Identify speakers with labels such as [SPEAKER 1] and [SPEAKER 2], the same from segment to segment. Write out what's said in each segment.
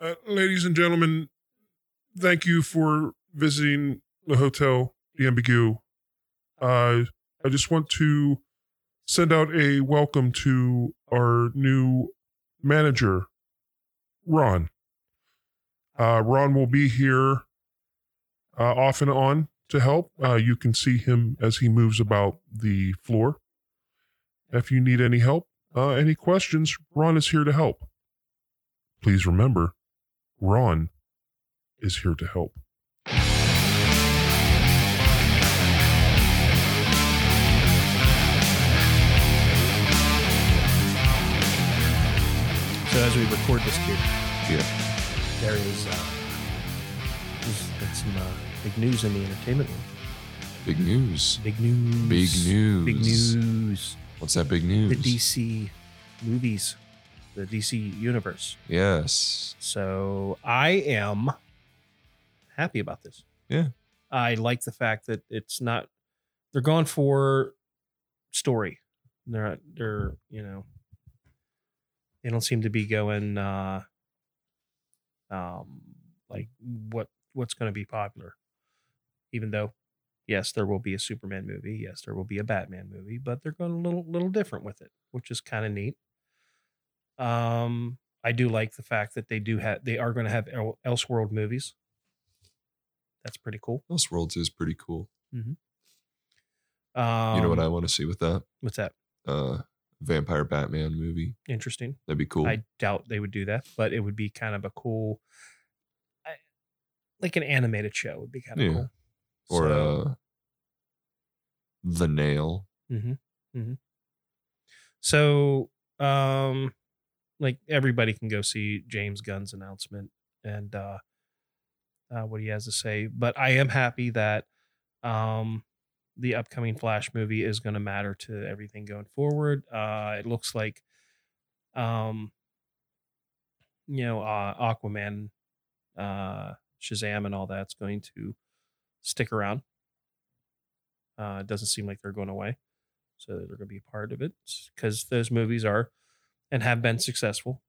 [SPEAKER 1] Uh, ladies and gentlemen, thank you for visiting the Hotel D'Ambigu. Uh, I just want to send out a welcome to our new manager, Ron. Uh, Ron will be here uh, off and on to help. Uh, you can see him as he moves about the floor. If you need any help, uh, any questions, Ron is here to help. Please remember, Ron is here to help.
[SPEAKER 2] So as we record this, kid,
[SPEAKER 3] Yeah.
[SPEAKER 2] there is uh, there's, there's some uh, big news in the entertainment world.
[SPEAKER 3] Big news.
[SPEAKER 2] Big news.
[SPEAKER 3] Big news.
[SPEAKER 2] Big news.
[SPEAKER 3] What's that big news?
[SPEAKER 2] The DC movies, the DC universe.
[SPEAKER 3] yes.
[SPEAKER 2] So I am happy about this.
[SPEAKER 3] Yeah.
[SPEAKER 2] I like the fact that it's not they're going for story. They're not they're, you know, they don't seem to be going uh um like what what's gonna be popular. Even though yes, there will be a Superman movie, yes, there will be a Batman movie, but they're going a little little different with it, which is kind of neat. Um I do like the fact that they do have they are going to have El- Elseworld movies. That's pretty cool.
[SPEAKER 3] Elseworlds is pretty cool.
[SPEAKER 2] Um,
[SPEAKER 3] you know what I want to see with that?
[SPEAKER 2] What's that?
[SPEAKER 3] Uh, vampire Batman movie.
[SPEAKER 2] Interesting.
[SPEAKER 3] That'd be cool.
[SPEAKER 2] I doubt they would do that, but it would be kind of a cool, I, like an animated show would be kind of
[SPEAKER 3] Yeah.
[SPEAKER 2] cool.
[SPEAKER 3] or
[SPEAKER 2] So-
[SPEAKER 3] uh, the nail.
[SPEAKER 2] Mm-hmm. Mm-hmm. So, um, like everybody can go see James Gunn's announcement and uh, uh, what he has to say. But I am happy that um, the upcoming Flash movie is going to matter to everything going forward. Uh, it looks like, um, you know, uh, Aquaman, uh, Shazam, and all that's going to stick around. Uh, it doesn't seem like they're going away. So they're going to be a part of it because those movies are and have been successful.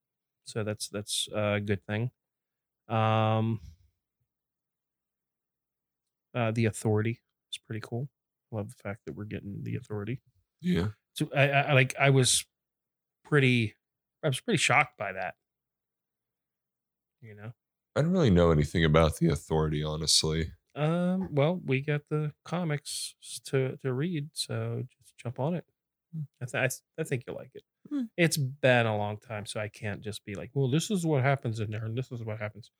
[SPEAKER 2] So that's that's a good thing. Um, uh, the Authority is pretty cool. Love the fact that we're getting the Authority.
[SPEAKER 3] Yeah.
[SPEAKER 2] So I, I I like I was pretty I was pretty shocked by that. You know.
[SPEAKER 3] I don't really know anything about the authority, honestly.
[SPEAKER 2] Um, well, we got the comics to to read, so just jump on it. Mm, I, th- I, th- I think you'll like it.
[SPEAKER 3] Hmm.
[SPEAKER 2] It's been a long time, so I can't just be like, well, this is what happens in there, and this is what happens.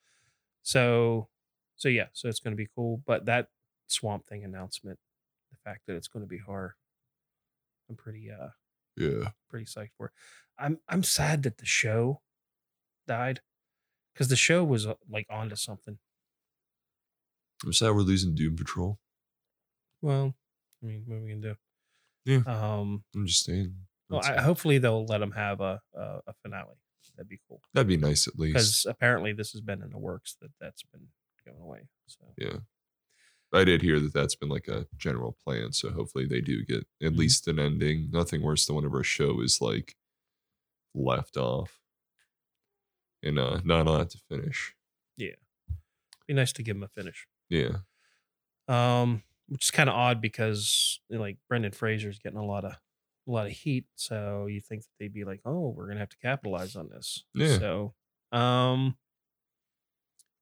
[SPEAKER 2] So, so yeah, so it's going to be cool. But that Swamp Thing announcement, the fact that it's going to be horror, I'm pretty uh
[SPEAKER 3] Yeah.
[SPEAKER 2] pretty psyched for. I'm I'm sad that the show died because the show was uh, like onto something.
[SPEAKER 3] I'm sad we're losing Doom Patrol.
[SPEAKER 2] Well, I mean, what are we can do?
[SPEAKER 3] Yeah.
[SPEAKER 2] Um.
[SPEAKER 3] I'm just saying.
[SPEAKER 2] Well,
[SPEAKER 3] That's-
[SPEAKER 2] I, hopefully they'll let them have a, a a finale. That'd be cool
[SPEAKER 3] that'd be nice at least.
[SPEAKER 2] because apparently this has been in the works that that's been going away. So
[SPEAKER 3] Yeah. I did hear that that's been like a general plan. So hopefully they do get at
[SPEAKER 2] Mhm.
[SPEAKER 3] least an ending. Nothing worse than whenever a show is like left off and uh, not allowed to finish.
[SPEAKER 2] be nice to give them a finish.
[SPEAKER 3] Yeah.
[SPEAKER 2] Um, which is kind of odd because you know, like Brendan Fraser's getting a lot of a lot of heat, so you think that they'd be like, "Oh, we're gonna have to capitalize on this."
[SPEAKER 3] Yeah.
[SPEAKER 2] So, um,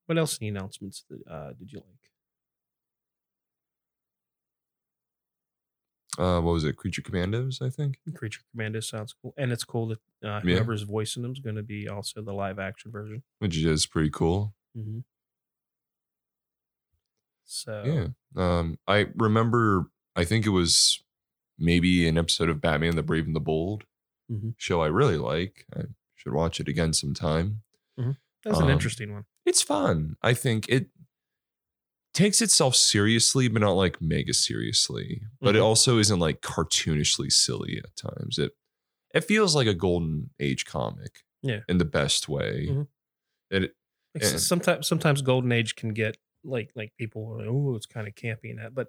[SPEAKER 2] what else in the announcements that, uh, did you like?
[SPEAKER 3] Uh, what was it? Creature Commandos, I think.
[SPEAKER 2] Creature Commando sounds cool, and it's cool that uh,
[SPEAKER 3] Yeah.
[SPEAKER 2] whoever's voicing them is going to be also the live action version.
[SPEAKER 3] Which is pretty cool.
[SPEAKER 2] Mm-hmm. So
[SPEAKER 3] Yeah. Um, I remember, I think it was maybe an episode of Batman the Brave and the Bold
[SPEAKER 2] Mhm.
[SPEAKER 3] show I really like. I should watch it again sometime.
[SPEAKER 2] that's an
[SPEAKER 3] Um,
[SPEAKER 2] interesting one.
[SPEAKER 3] It's fun. I think it takes itself seriously, but not like mega seriously. But it
[SPEAKER 2] Mhm.
[SPEAKER 3] also isn't like cartoonishly silly at times. It it feels like a golden age comic.
[SPEAKER 2] Yeah.
[SPEAKER 3] In the best way.
[SPEAKER 2] Mhm.
[SPEAKER 3] And it,
[SPEAKER 2] Like, s-
[SPEAKER 3] and-
[SPEAKER 2] sometimes, sometimes Golden Age can get like like people are like, oh, it's kind of campy and that, but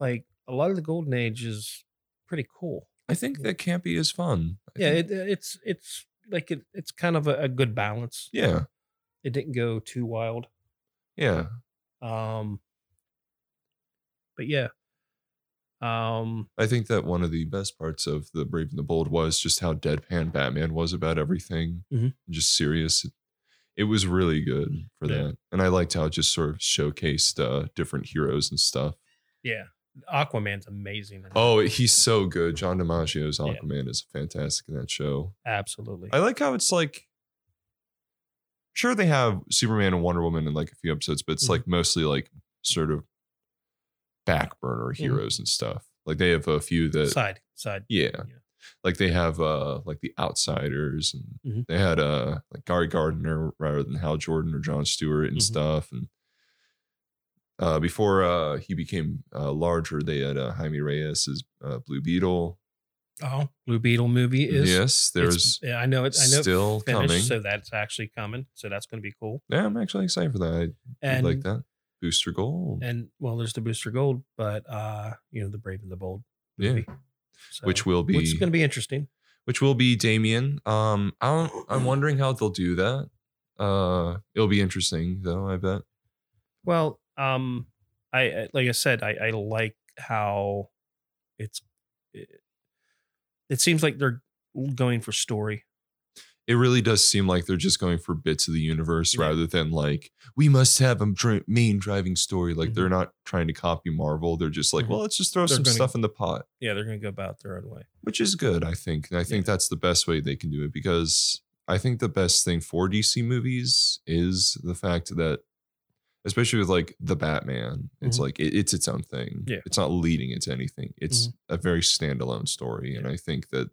[SPEAKER 2] like a lot of the Golden Age is pretty cool.
[SPEAKER 3] I think that campy is fun. I
[SPEAKER 2] yeah,
[SPEAKER 3] think-
[SPEAKER 2] it, it's it's like it, it's kind of a, a good balance.
[SPEAKER 3] yeah.
[SPEAKER 2] It didn't go too wild.
[SPEAKER 3] Yeah.
[SPEAKER 2] Um, but yeah. Um,
[SPEAKER 3] I think that one of the best parts of The Brave and the Bold was just how deadpan Batman was about everything,
[SPEAKER 2] Mhm.
[SPEAKER 3] just serious. It was really good for
[SPEAKER 2] Yeah.
[SPEAKER 3] that. And I liked how it just sort of showcased uh, different heroes and stuff.
[SPEAKER 2] yeah. Aquaman's amazing. in that.
[SPEAKER 3] Oh, he's so good. John DiMaggio's
[SPEAKER 2] Yeah.
[SPEAKER 3] Aquaman is fantastic in that show.
[SPEAKER 2] absolutely.
[SPEAKER 3] I like how it's like, sure, they have Superman and Wonder Woman in like a few episodes, but it's
[SPEAKER 2] Mhm.
[SPEAKER 3] like mostly like sort of back burner
[SPEAKER 2] Mm-hmm.
[SPEAKER 3] heroes and stuff. Like they have a few that
[SPEAKER 2] side, side.
[SPEAKER 3] Yeah.
[SPEAKER 2] Yeah.
[SPEAKER 3] Like they have uh like the outsiders and
[SPEAKER 2] Mhm.
[SPEAKER 3] they had uh like Gary Gardner rather than Hal Jordan or John Stewart and
[SPEAKER 2] Mhm.
[SPEAKER 3] stuff and uh before uh he became uh larger they had uh Jaime Reyes as uh, Blue Beetle.
[SPEAKER 2] Oh, Blue Beetle movie is.
[SPEAKER 3] yes,
[SPEAKER 2] it's-
[SPEAKER 3] there's
[SPEAKER 2] yeah, I know it. I know. Still
[SPEAKER 3] still
[SPEAKER 2] finished,
[SPEAKER 3] coming.
[SPEAKER 2] So that's actually coming. So that's going to be cool.
[SPEAKER 3] yeah, I'm actually excited for that. I do
[SPEAKER 2] And
[SPEAKER 3] like that. Booster Gold.
[SPEAKER 2] and well, there's the Booster Gold, but uh, you know, the Brave and the Bold
[SPEAKER 3] yeah.
[SPEAKER 2] movie. So,
[SPEAKER 3] Which will be
[SPEAKER 2] which is going to be interesting.
[SPEAKER 3] which will be Damien. Um I don't, I'm wondering how they'll do that. Uh it'll be interesting though, I bet.
[SPEAKER 2] Well, um, I I- like I said, I, I like how it's. It, it seems like they're going for story.
[SPEAKER 3] it really does seem like they're just going for bits of the universe
[SPEAKER 2] Yeah.
[SPEAKER 3] rather than like we must have a dri- main driving story. Like
[SPEAKER 2] Mhm.
[SPEAKER 3] they're not trying to copy Marvel. They're just like,
[SPEAKER 2] Mhm.
[SPEAKER 3] well, let's just throw
[SPEAKER 2] They're
[SPEAKER 3] some
[SPEAKER 2] gonna-
[SPEAKER 3] stuff in the pot,
[SPEAKER 2] Yeah, they're going to go about their own way.
[SPEAKER 3] which is good, I think. And I think
[SPEAKER 2] Yeah.
[SPEAKER 3] that's the best way they can do it because I think the best thing for DC movies is the fact that, especially with like the Batman, it's
[SPEAKER 2] Mhm.
[SPEAKER 3] like it, it's its own thing.
[SPEAKER 2] Yeah. Mm-hmm.
[SPEAKER 3] It's not leading into anything. It's a very standalone story, and I think that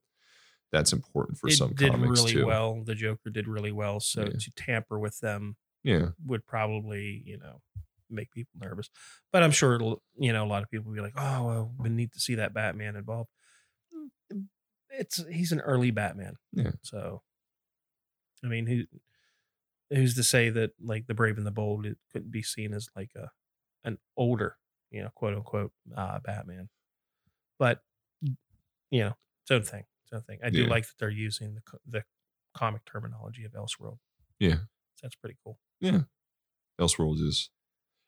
[SPEAKER 3] that's important for
[SPEAKER 2] it
[SPEAKER 3] some
[SPEAKER 2] did
[SPEAKER 3] comics
[SPEAKER 2] really
[SPEAKER 3] too.
[SPEAKER 2] well. The Joker did really well, so
[SPEAKER 3] Yeah.
[SPEAKER 2] to tamper with them
[SPEAKER 3] Yeah.
[SPEAKER 2] would probably you know make people nervous. But I'm sure it'll you know a lot of people will be like, oh, well, we need to see that Batman involved. Mm, It's he's an early Batman,
[SPEAKER 3] Yeah.
[SPEAKER 2] So, I mean, who who's to say that like the Brave and the Bold it couldn't be seen as like a an older you know quote unquote uh, Batman, but you know it's own thing, it's own thing. I do
[SPEAKER 3] Yeah.
[SPEAKER 2] like that they're using the co- the comic terminology of Elseworld.
[SPEAKER 3] Yeah.
[SPEAKER 2] So that's pretty cool.
[SPEAKER 3] Elseworlds is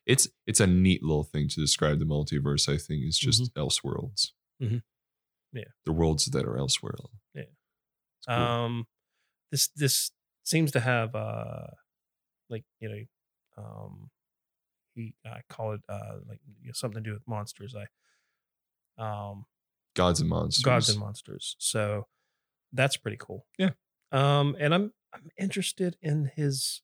[SPEAKER 3] it's it's a neat little thing to describe the multiverse. I think it's just Elseworlds.
[SPEAKER 2] Mhm. Mm-hmm. Yeah.
[SPEAKER 3] the worlds that are elsewhere.
[SPEAKER 2] Yeah.
[SPEAKER 3] It's cool.
[SPEAKER 2] Um, this this seems to have uh, like you know, um, he I call it uh like you know, something to do with monsters. I um
[SPEAKER 3] gods and monsters.
[SPEAKER 2] gods and monsters. So that's pretty cool.
[SPEAKER 3] Yeah.
[SPEAKER 2] Um, and I'm I'm interested in his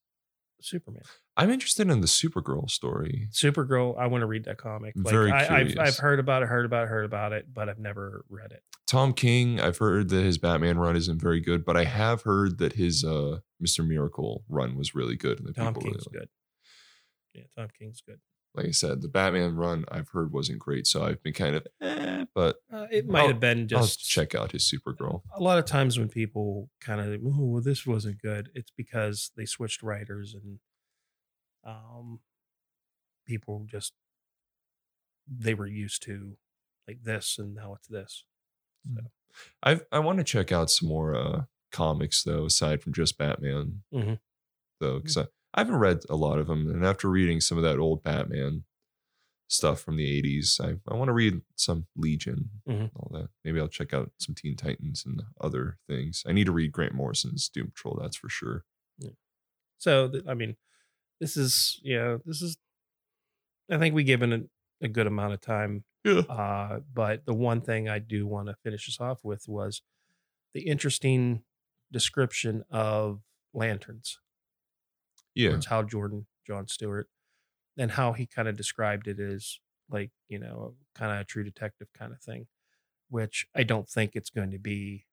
[SPEAKER 2] Superman,
[SPEAKER 3] I'm interested in the Supergirl story.
[SPEAKER 2] Supergirl. I want to read that comic. Like
[SPEAKER 3] Very
[SPEAKER 2] I, I've I've
[SPEAKER 3] curious.
[SPEAKER 2] heard about it, heard about it, heard about it, but I've never read it.
[SPEAKER 3] Tom King, I've heard that his Batman run isn't very good, but I have heard that his uh Mr. Miracle run was really good. And that
[SPEAKER 2] Tom
[SPEAKER 3] people really
[SPEAKER 2] King's
[SPEAKER 3] liked.
[SPEAKER 2] good. Yeah, Tom King's good.
[SPEAKER 3] Like I said, the Batman run I've heard wasn't great, so I've been kind of eh, but
[SPEAKER 2] Uh, it might
[SPEAKER 3] I'll-
[SPEAKER 2] have been just
[SPEAKER 3] I'll check out his Supergirl.
[SPEAKER 2] a lot of times when people kind of oh well this wasn't good it's because they switched writers and um people just they were used to like this and now it's this so
[SPEAKER 3] I I want to check out some more uh, comics though, aside from just Batman,
[SPEAKER 2] Mhm.
[SPEAKER 3] though, because I, I haven't read a lot of them. And after reading some of that old Batman stuff from the '80s, I, I want to read some Legion,
[SPEAKER 2] Mhm.
[SPEAKER 3] and all that. Maybe I'll check out some Teen Titans and other things. I need to read Grant Morrison's Doom Patrol, that's for sure.
[SPEAKER 2] so th- i mean this is yeah this is i think we given a, a good amount of time
[SPEAKER 3] Yeah.
[SPEAKER 2] uh but the one thing i do want to finish this off with was the interesting description of lanterns
[SPEAKER 3] Yeah,
[SPEAKER 2] It's how Jordan, John Stewart, and how he kind of described it as like, you know, kind of a true detective kind of thing, which I don't think it's going to be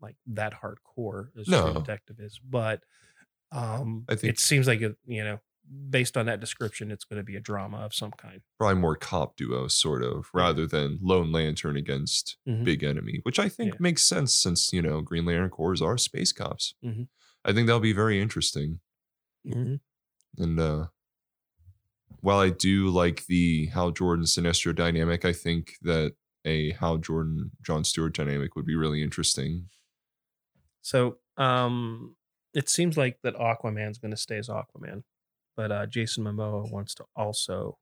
[SPEAKER 2] like that hardcore as
[SPEAKER 3] No.
[SPEAKER 2] true detective is. But um
[SPEAKER 3] I think-
[SPEAKER 2] it seems like it, you know, based on that description, it's going to be a drama of some kind.
[SPEAKER 3] probably more cop duo sort of, rather than Lone Lantern against
[SPEAKER 2] Mhm.
[SPEAKER 3] big enemy, which I think
[SPEAKER 2] Yeah.
[SPEAKER 3] makes sense since you know Green Lantern Corps are space cops.
[SPEAKER 2] Mhm.
[SPEAKER 3] I think that'll be very interesting. Mm-hmm. And uh while I do like the Hal Jordan Sinestro dynamic, I think that a Hal Jordan John Stewart dynamic would be really interesting.
[SPEAKER 2] So um it seems like that Aquaman's going to stay as Aquaman, but uh, Jason Momoa wants to also.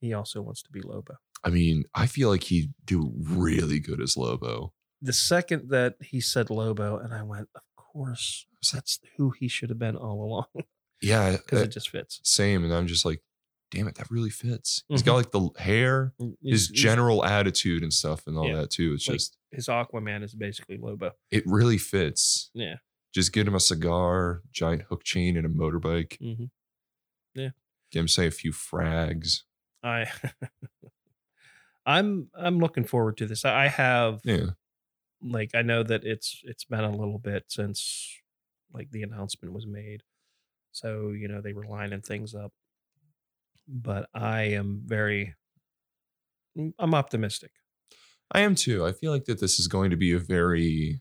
[SPEAKER 2] He also wants to be Lobo.
[SPEAKER 3] I mean, I feel like he'd do really good as Lobo.
[SPEAKER 2] The second that he said Lobo, and I went, of course, that's who he should have been all along
[SPEAKER 3] Yeah,
[SPEAKER 2] because
[SPEAKER 3] uh,
[SPEAKER 2] it just fits.
[SPEAKER 3] same. And I'm just like, damn it, that really fits. He's got like the hair, his
[SPEAKER 2] He's- he's-
[SPEAKER 3] general attitude and stuff, and all
[SPEAKER 2] Yeah.
[SPEAKER 3] that too. It's
[SPEAKER 2] Like-
[SPEAKER 3] just,
[SPEAKER 2] his Aquaman is basically Lobo.
[SPEAKER 3] it really fits.
[SPEAKER 2] Yeah.
[SPEAKER 3] Just get him a cigar, giant hook chain, and a motorbike.
[SPEAKER 2] Mm-hmm.
[SPEAKER 3] Give him say a few frags.
[SPEAKER 2] I I'm I'm looking forward to this. I I have
[SPEAKER 3] Yeah,
[SPEAKER 2] like I know that it's it's been a little bit since like the announcement was made. So, you know, they were lining things up. But I am very mm, I'm optimistic.
[SPEAKER 3] I am too. I feel like that this is going to be a very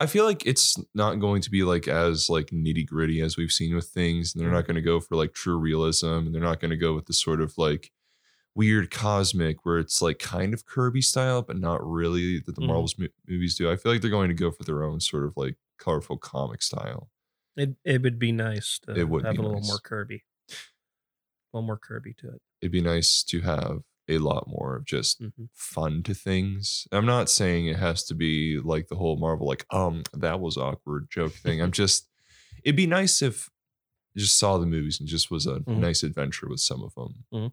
[SPEAKER 3] I feel like it's not going to be like as like nitty gritty as we've seen with things. And they're not going to go for like true realism, and they're not going to go with the sort of like weird cosmic where it's like kind of Kirby style, but not really that the
[SPEAKER 2] Mhm.
[SPEAKER 3] Marvels mo- movies do. I feel like they're going to go for their own sort of like colorful comic style.
[SPEAKER 2] It it would be nice to
[SPEAKER 3] It would
[SPEAKER 2] have
[SPEAKER 3] be
[SPEAKER 2] a little
[SPEAKER 3] nice.
[SPEAKER 2] more Kirby. A little more Kirby to it.
[SPEAKER 3] It'd be nice to have a lot more of just
[SPEAKER 2] Mm-hmm.
[SPEAKER 3] fun to things. I'm not saying it has to be like the whole Marvel, like, um, that was awkward joke thing. I'm just, it'd be nice if you just saw the movies and just was a
[SPEAKER 2] Mhm.
[SPEAKER 3] nice adventure with some of them.
[SPEAKER 2] Mhm.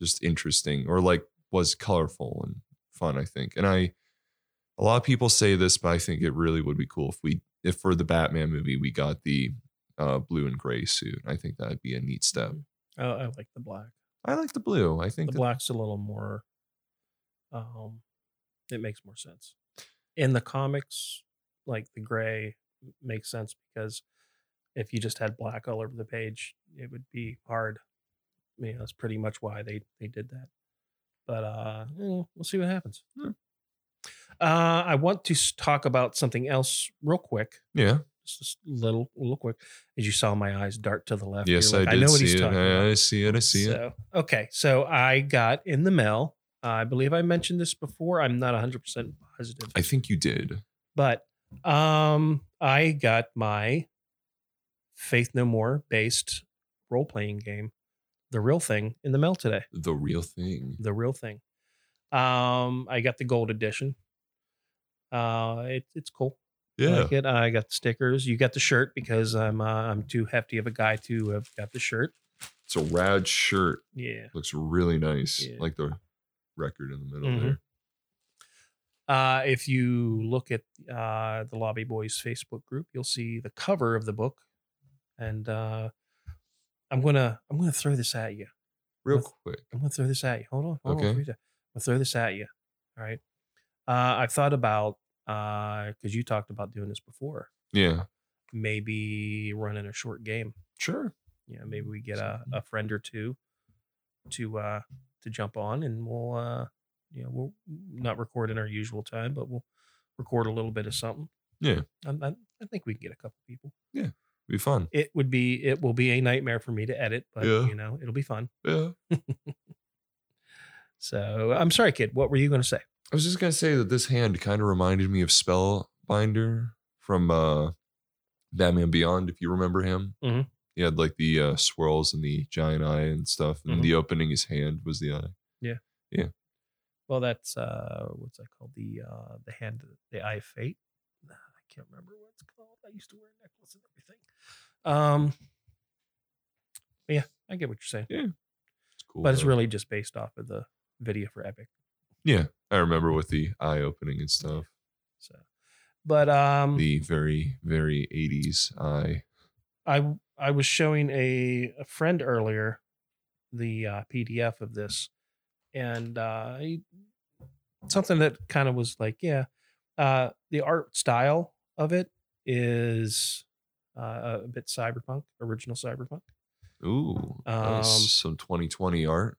[SPEAKER 3] Just interesting or like was colorful and fun, I think. And I, a lot of people say this, but I think it really would be cool if we, if for the Batman movie, we got the uh, blue and gray suit. I think that'd be a neat step.
[SPEAKER 2] Oh, I like the black.
[SPEAKER 3] I like the blue. I think
[SPEAKER 2] the
[SPEAKER 3] that-
[SPEAKER 2] black's a little more um it makes more sense in the comics like the gray makes sense because if you just had black all over the page it would be hard I mean, that's pretty much why they they did that but uh you know, we'll see what happens
[SPEAKER 3] Hmm.
[SPEAKER 2] uh i want to s- talk about something else real quick
[SPEAKER 3] yeah.
[SPEAKER 2] just a little little quick as you saw my eyes dart to the left you're
[SPEAKER 3] Yes,
[SPEAKER 2] like,
[SPEAKER 3] I did see it. I, I see it. I see it.
[SPEAKER 2] so, Okay. So I got in the mail. I believe I mentioned this before. I'm not 100% positive,
[SPEAKER 3] I think you did.
[SPEAKER 2] but um, I got my Faith No More based role playing game, The Real Thing, in the mail today.
[SPEAKER 3] The real thing.
[SPEAKER 2] The Real Thing. Um, I got the gold edition. Uh, it, it's cool. I like it. I got the stickers. You got the shirt because I'm uh, I'm too hefty of a guy to have got the shirt.
[SPEAKER 3] It's a rad shirt.
[SPEAKER 2] Yeah.
[SPEAKER 3] Looks really nice.
[SPEAKER 2] Yeah.
[SPEAKER 3] Like the record in the middle
[SPEAKER 2] Mhm.
[SPEAKER 3] there.
[SPEAKER 2] Uh, if you look at uh, the Lobby Boys Facebook group, you'll see the cover of the book, and uh, I'm gonna I'm gonna throw this at you.
[SPEAKER 3] Real
[SPEAKER 2] With-
[SPEAKER 3] quick.
[SPEAKER 2] I'm gonna throw this at you. Hold on, hold
[SPEAKER 3] Okay.
[SPEAKER 2] on. Rita. I'm gonna throw this at you. All right. Uh, I've thought about because you talked about doing this before.
[SPEAKER 3] Yeah.
[SPEAKER 2] Maybe running a short game.
[SPEAKER 3] Sure.
[SPEAKER 2] You know, maybe we get a, a friend or two to uh, to jump on, and we'll uh, you know we'll not record in our usual time, but we'll record a little bit of something.
[SPEAKER 3] Yeah.
[SPEAKER 2] I, I, I think we can get a couple people.
[SPEAKER 3] Be fun.
[SPEAKER 2] It would be it will be a nightmare for me to edit, but
[SPEAKER 3] Yeah.
[SPEAKER 2] you know it'll be fun.
[SPEAKER 3] Yeah.
[SPEAKER 2] So I'm sorry, kid. What were you going to say?
[SPEAKER 3] I was just gonna say that this hand kind of reminded me of Spellbinder from uh Batman Beyond, if you remember him.
[SPEAKER 2] Mhm.
[SPEAKER 3] He had like the uh, swirls and the giant eye and stuff, and
[SPEAKER 2] Mhm.
[SPEAKER 3] the opening his hand was the eye.
[SPEAKER 2] Well, that's uh, what's that called? The uh, the hand, the eye of fate. Nah, I can't remember what it's called. I used to wear a necklace and everything. Um, but yeah, I get what you're saying.
[SPEAKER 3] It's cool.
[SPEAKER 2] but it's
[SPEAKER 3] though.
[SPEAKER 2] really just based off of the video for Epic.
[SPEAKER 3] yeah. I remember with the eye opening and stuff.
[SPEAKER 2] So, but um,
[SPEAKER 3] The very very eighties eye.
[SPEAKER 2] I I was showing a, a friend earlier the uh, PDF of this, and uh, he- something that kind of was like, yeah, uh, the art style of it is uh, a bit cyberpunk, original cyberpunk.
[SPEAKER 3] Ooh, nice.
[SPEAKER 2] Um,
[SPEAKER 3] some 2020 art.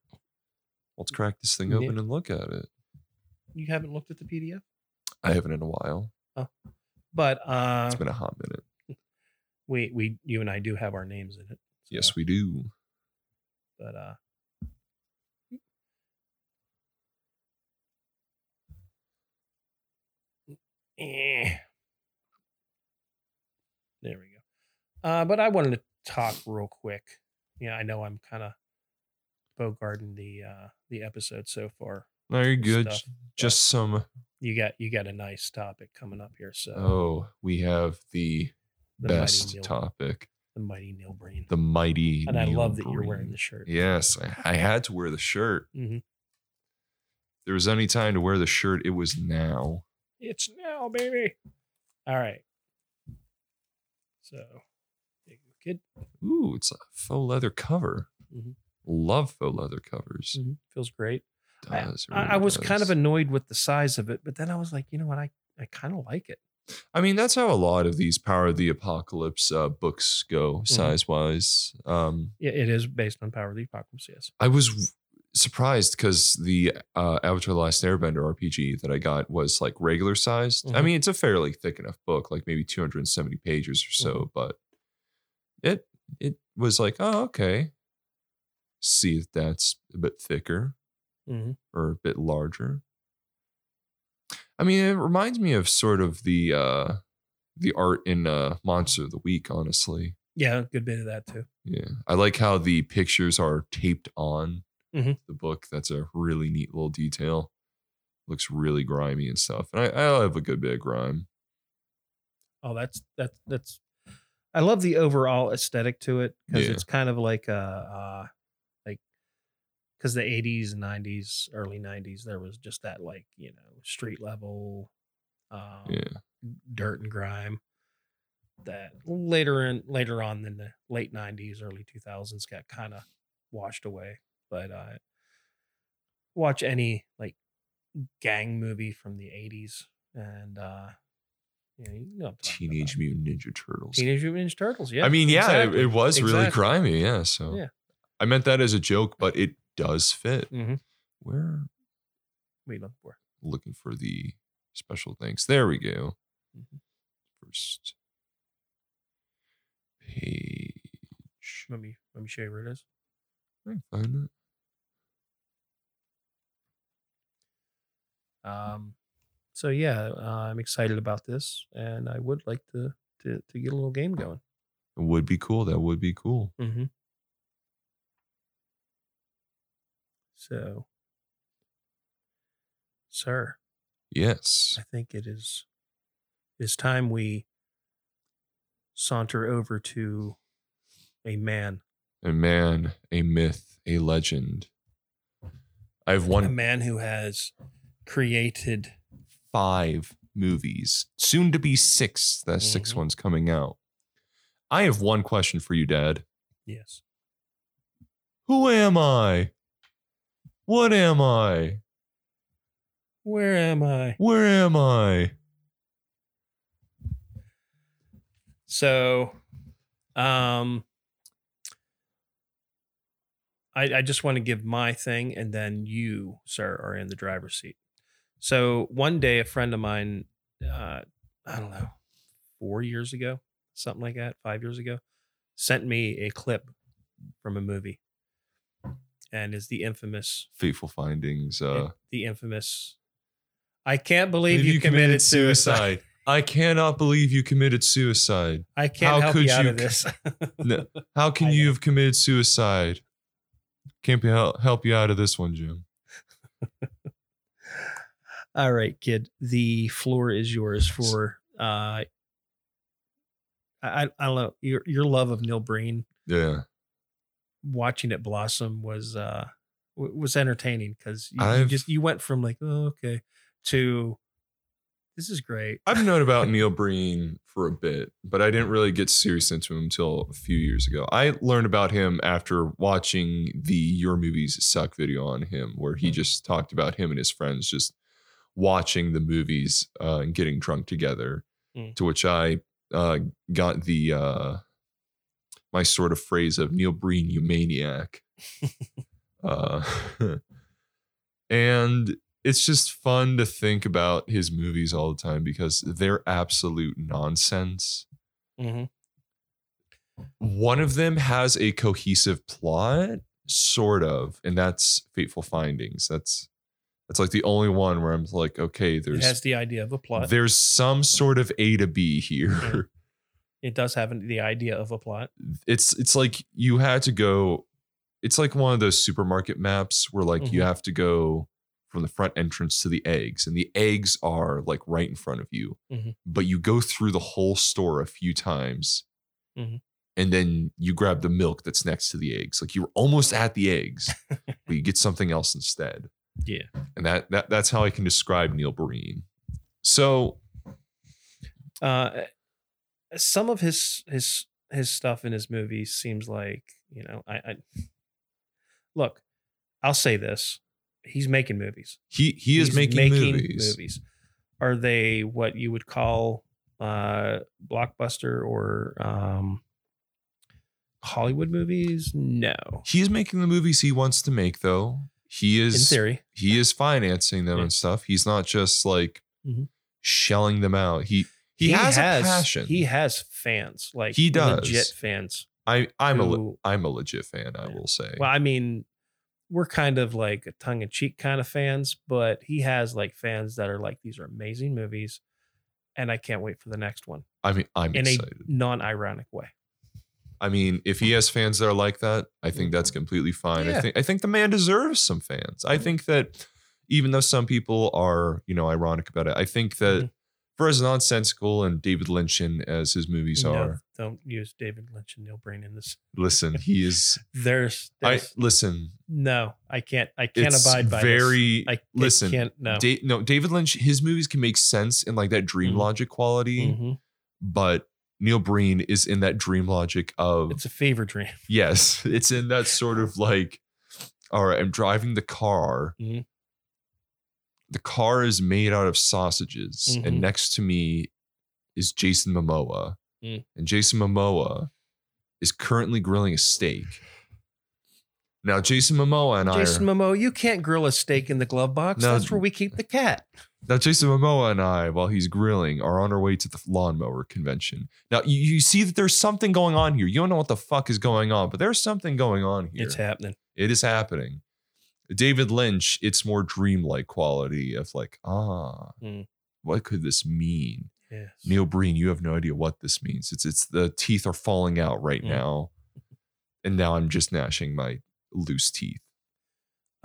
[SPEAKER 3] Let's crack this thing
[SPEAKER 2] Yeah.
[SPEAKER 3] open and look at it.
[SPEAKER 2] You haven't looked at the PDF,
[SPEAKER 3] I haven't in a while.
[SPEAKER 2] but uh,
[SPEAKER 3] It's been a hot minute.
[SPEAKER 2] we we you and I do have our names in it.
[SPEAKER 3] Yes, we do.
[SPEAKER 2] but uh eh. There we go. Uh, but I wanted to talk real quick. Yeah, I know I'm kind of bogarting the uh, the episode so far.
[SPEAKER 3] No, you're good.
[SPEAKER 2] Stuff,
[SPEAKER 3] Just some.
[SPEAKER 2] You got you got a nice topic coming up here. So
[SPEAKER 3] Oh, we have the,
[SPEAKER 2] the mighty
[SPEAKER 3] best
[SPEAKER 2] Neil,
[SPEAKER 3] topic,
[SPEAKER 2] the mighty Neil Breen,
[SPEAKER 3] the mighty.
[SPEAKER 2] and I
[SPEAKER 3] Neil
[SPEAKER 2] love that you're wearing
[SPEAKER 3] Breen.
[SPEAKER 2] the shirt.
[SPEAKER 3] Yes, I, I had to wear the shirt.
[SPEAKER 2] hmm
[SPEAKER 3] There was any time to wear the shirt, it was now.
[SPEAKER 2] It's now, baby. All right. So, there you go, kid,
[SPEAKER 3] Ooh, it's a faux leather cover.
[SPEAKER 2] Mhm.
[SPEAKER 3] Love faux leather covers.
[SPEAKER 2] feels great. Mm. I-
[SPEAKER 3] Does, it
[SPEAKER 2] I, I
[SPEAKER 3] Oh, really
[SPEAKER 2] was kind
[SPEAKER 3] does.
[SPEAKER 2] of annoyed with the size of it, but then I was like, you know what? I, I kind of like it.
[SPEAKER 3] I mean, that's how a lot of these Power of the Apocalypse uh, books go, size wise. Um,
[SPEAKER 2] Yeah, it is based on Power of the Apocalypse. Yes.
[SPEAKER 3] I was w- surprised because the uh, Avatar: The Last Airbender RPG that I got was like regular sized. I
[SPEAKER 2] Mhm.
[SPEAKER 3] mean, it's a fairly thick enough book, like maybe 270 pages or so, but it it was like, oh, okay. See if that's a bit thicker
[SPEAKER 2] Mm-hmm.
[SPEAKER 3] or a bit larger. I mean, it reminds me of sort of the uh, the art in uh, Monster of the Week, honestly.
[SPEAKER 2] Yeah, a good bit of that too.
[SPEAKER 3] Yeah, I like how the pictures are taped on
[SPEAKER 2] Mhm.
[SPEAKER 3] the book. That's a really neat little detail. Looks really grimy and stuff. And I, I have a good bit of grime.
[SPEAKER 2] Oh, that's that's that's. I love the overall aesthetic to it because
[SPEAKER 3] Yeah.
[SPEAKER 2] it's kind of like a, uh, like, because the '80s, '90s, early '90s, there was just that like you know street level, um,
[SPEAKER 3] Yeah,
[SPEAKER 2] dirt and grime. That later in later on in the late '90s, early 2000s, got kind of washed away. But uh, watch any like gang movie from the '80s, and uh, you know, you know what I'm talking
[SPEAKER 3] Teenage
[SPEAKER 2] about.
[SPEAKER 3] Mutant Ninja Turtles.
[SPEAKER 2] Teenage Mutant Ninja Turtles. Yeah,
[SPEAKER 3] I mean, yeah,
[SPEAKER 2] exactly.
[SPEAKER 3] it, it was really
[SPEAKER 2] Exactly.
[SPEAKER 3] grimy. Yeah, so
[SPEAKER 2] Yeah.
[SPEAKER 3] I meant that as a joke, but it does fit.
[SPEAKER 2] Mhm.
[SPEAKER 3] Where
[SPEAKER 2] What are you looking for?
[SPEAKER 3] looking for the special thanks. There we go.
[SPEAKER 2] Mhm.
[SPEAKER 3] First page.
[SPEAKER 2] Let me let me show you where it is.
[SPEAKER 3] Can I find it?
[SPEAKER 2] Um, so yeah, uh, I'm excited about this, and I would like to to to get a little game going.
[SPEAKER 3] It would be cool. That would be cool.
[SPEAKER 2] Mm-hmm. So, sir,
[SPEAKER 3] Yes.
[SPEAKER 2] I think it is it is time we saunter over to a man,
[SPEAKER 3] A man, a myth, a legend. I have
[SPEAKER 2] a
[SPEAKER 3] won
[SPEAKER 2] man who has created.
[SPEAKER 3] five movies, soon to be six. That 6
[SPEAKER 2] Mhm.
[SPEAKER 3] one's coming out. I have one question for you, Dad.
[SPEAKER 2] Yes,
[SPEAKER 3] Who am I? What am I?
[SPEAKER 2] where am I?
[SPEAKER 3] Where am I?
[SPEAKER 2] So, um, I, I just want to give my thing, and then you, sir, are in the driver's seat. So one day, a friend of mine, uh, I don't know, four years ago, something like that, five years ago, sent me a clip from a movie, and is the infamous,
[SPEAKER 3] Fateful Findings. Uh,
[SPEAKER 2] the infamous. I can't believe you, committed, suicide.
[SPEAKER 3] I cannot believe you committed suicide.
[SPEAKER 2] I can't
[SPEAKER 3] How
[SPEAKER 2] help
[SPEAKER 3] could
[SPEAKER 2] you out
[SPEAKER 3] you
[SPEAKER 2] of this.
[SPEAKER 3] No, How can
[SPEAKER 2] I
[SPEAKER 3] you
[SPEAKER 2] know.
[SPEAKER 3] have committed suicide? Can't be hel- help you out of this one, Jim.
[SPEAKER 2] All right, kid. The floor is yours for uh, I I I don't know your your love of Neil Breen.
[SPEAKER 3] Yeah.
[SPEAKER 2] Watching it blossom was uh w- was entertaining because you, you
[SPEAKER 3] I've-
[SPEAKER 2] just you went from like oh okay to this is great.
[SPEAKER 3] I've known about Neil Breen for a bit, but I didn't really get serious into him until a few years ago. I learned about him after watching the Your Movies Suck video on him, where he just talked about him and his friends just watching the movies uh, and getting drunk together.
[SPEAKER 2] Mm.
[SPEAKER 3] To which I uh, got the uh, my sort of phrase of Neil Breen, you maniac. uh, and it's just fun to think about his movies all the time because they're absolute nonsense.
[SPEAKER 2] Mm-hmm.
[SPEAKER 3] One of them has a cohesive plot, sort of, and that's Fateful Findings. That's That's like the only one where I'm like, okay,
[SPEAKER 2] It has
[SPEAKER 3] there's
[SPEAKER 2] the idea of a plot. Mm-hmm.
[SPEAKER 3] there's some sort of A to B here.
[SPEAKER 2] Yeah. it does have an- the idea of a plot.
[SPEAKER 3] it's it's like you had to go it's like one of those supermarket maps where like you
[SPEAKER 2] Mhm.
[SPEAKER 3] have to go from the front entrance to the eggs and the eggs are like right in front of you
[SPEAKER 2] Mhm.
[SPEAKER 3] but you go through the whole store a few times
[SPEAKER 2] Mhm.
[SPEAKER 3] and then you grab the milk that's next to the eggs like you're almost at the eggs but you get something else instead
[SPEAKER 2] Yeah.
[SPEAKER 3] and that, that that's how i can describe neil breen so
[SPEAKER 2] Uh, some of his his his stuff in his movies seems like you know I, I look. I'll say this: he's making movies.
[SPEAKER 3] he he is
[SPEAKER 2] He's
[SPEAKER 3] making, movies
[SPEAKER 2] Are they what you would call uh, blockbuster or um, Hollywood movies? No,
[SPEAKER 3] he's making the movies he wants to make though he
[SPEAKER 2] in
[SPEAKER 3] is
[SPEAKER 2] theory.
[SPEAKER 3] he is financing them
[SPEAKER 2] Yeah.
[SPEAKER 3] and stuff. He's not just like
[SPEAKER 2] Mhm.
[SPEAKER 3] shelling them out. He he, has, a passion.
[SPEAKER 2] He has fans. Like
[SPEAKER 3] He does.
[SPEAKER 2] legit fans.
[SPEAKER 3] I I'm a le-
[SPEAKER 2] who-
[SPEAKER 3] I'm a legit fan. I
[SPEAKER 2] Yeah.
[SPEAKER 3] will say.
[SPEAKER 2] Well, I mean, we're kind of like a tongue in cheek kind of fans, but he has like fans that are like, these are amazing movies, and I can't wait for the next one
[SPEAKER 3] I mean, I'm
[SPEAKER 2] in
[SPEAKER 3] excited.
[SPEAKER 2] a non ironic way.
[SPEAKER 3] I mean, if he has fans that are like that, I think that's completely fine. I
[SPEAKER 2] Mm-hmm. Yeah. Mm-hmm.
[SPEAKER 3] think I think the man deserves some fans. I think that even though some people are you know ironic about it, I think that.
[SPEAKER 2] Mhm.
[SPEAKER 3] For as nonsensical and David Lynchian as his movies
[SPEAKER 2] No,
[SPEAKER 3] are,
[SPEAKER 2] don't use David Lynch and Neil Breen in this.
[SPEAKER 3] listen, he is.
[SPEAKER 2] There's,
[SPEAKER 3] I
[SPEAKER 2] there's
[SPEAKER 3] listen.
[SPEAKER 2] no, I can't, I can't
[SPEAKER 3] it's
[SPEAKER 2] abide by this.
[SPEAKER 3] very.
[SPEAKER 2] I, I
[SPEAKER 3] listen,
[SPEAKER 2] can't, no.
[SPEAKER 3] Da- no, David Lynch, his movies can make sense in like that dream
[SPEAKER 2] Mhm.
[SPEAKER 3] logic quality,
[SPEAKER 2] Mhm.
[SPEAKER 3] but Neil Breen is in that dream logic of
[SPEAKER 2] It's a fever dream.
[SPEAKER 3] yes, it's in that sort of like, all right, I'm driving the car.
[SPEAKER 2] Mhm.
[SPEAKER 3] The car is made out of sausages,
[SPEAKER 2] Mhm.
[SPEAKER 3] and next to me is Jason Momoa,
[SPEAKER 2] Mm.
[SPEAKER 3] and Jason Momoa is currently grilling a steak. Now, Jason Momoa and I are,
[SPEAKER 2] Jason Momoa, you can't grill a steak in the glove box.
[SPEAKER 3] No.
[SPEAKER 2] That's where we keep the cat.
[SPEAKER 3] Now, Jason Momoa and I, while he's grilling, are on our way to the lawnmower convention. Now, you, you see that there's something going on here. You don't know what the fuck is going on, but there's something going on here.
[SPEAKER 2] It's happening.
[SPEAKER 3] it is happening. David Lynch, it's more dreamlike quality of like, ah,
[SPEAKER 2] Mm.
[SPEAKER 3] what could this mean?
[SPEAKER 2] Yes.
[SPEAKER 3] Neil Breen, you have no idea what this means. It's it's the teeth are falling out right
[SPEAKER 2] Mm.
[SPEAKER 3] now, and now I'm just gnashing my loose teeth.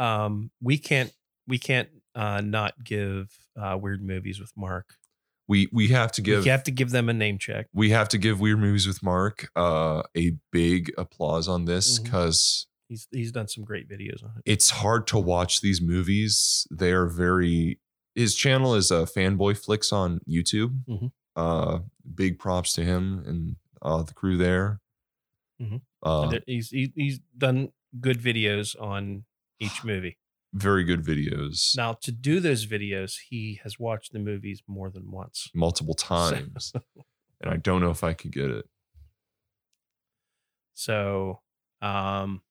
[SPEAKER 2] um we can't we can't uh not give uh weird movies with mark
[SPEAKER 3] We we have to give
[SPEAKER 2] you have to give them a name check
[SPEAKER 3] we have to give Weird Movies with Mark uh, a big applause on this
[SPEAKER 2] Mhm.
[SPEAKER 3] because
[SPEAKER 2] he's he's done some great videos on it
[SPEAKER 3] it's hard to watch these movies. They are very. His channel is uh, Fanboy Flicks on YouTube.
[SPEAKER 2] Mhm.
[SPEAKER 3] Uh, big props to him and uh, the crew there.
[SPEAKER 2] Mhm.
[SPEAKER 3] Uh,
[SPEAKER 2] There- he's he, he's done good videos on each movie
[SPEAKER 3] very good videos,
[SPEAKER 2] now to do those videos he has watched the movies more than once
[SPEAKER 3] multiple times, and I don't know if I could get it.
[SPEAKER 2] so um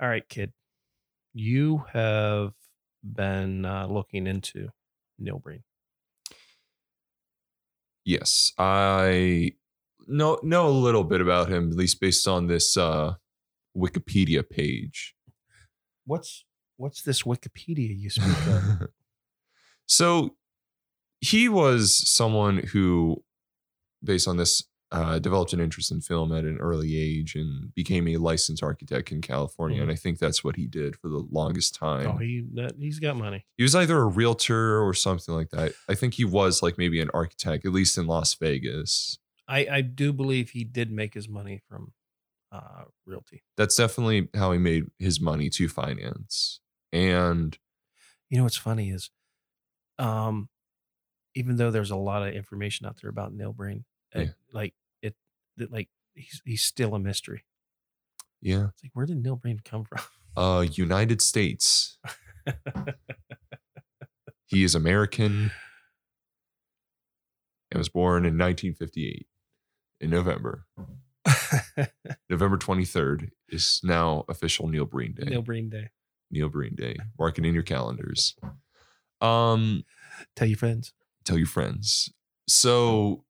[SPEAKER 2] all right kid you have been uh, looking into neil breen
[SPEAKER 3] Yes, I know know a little bit about him, at least based on this uh, Wikipedia page.
[SPEAKER 2] what's what's this wikipedia you speak of
[SPEAKER 3] so he was someone who, based on this, uh, developed an interest in film at an early age and became a licensed architect in California. And I think that's what he did for the longest time.
[SPEAKER 2] Oh,
[SPEAKER 3] he-,
[SPEAKER 2] he that, he's got money.
[SPEAKER 3] was either a realtor or something like that. I think he was like maybe an architect, at least in Las Vegas.
[SPEAKER 2] I I do believe he did make his money from uh realty.
[SPEAKER 3] That's definitely how he made his money to finance. And
[SPEAKER 2] You know what's funny is, um, even though there's a lot of information out there about Neil Breen,
[SPEAKER 3] Yeah.
[SPEAKER 2] uh, like it, that like he's he's still a mystery.
[SPEAKER 3] yeah,
[SPEAKER 2] It's like where did Neil Breen come from?
[SPEAKER 3] uh, United States. He is American and was born in 1958 in November. November 23rd is now official Neil Breen Day.
[SPEAKER 2] Neil Breen Day.
[SPEAKER 3] Neil Breen Day. Mark it in your calendars. Um,
[SPEAKER 2] Tell your friends.
[SPEAKER 3] tell your friends. So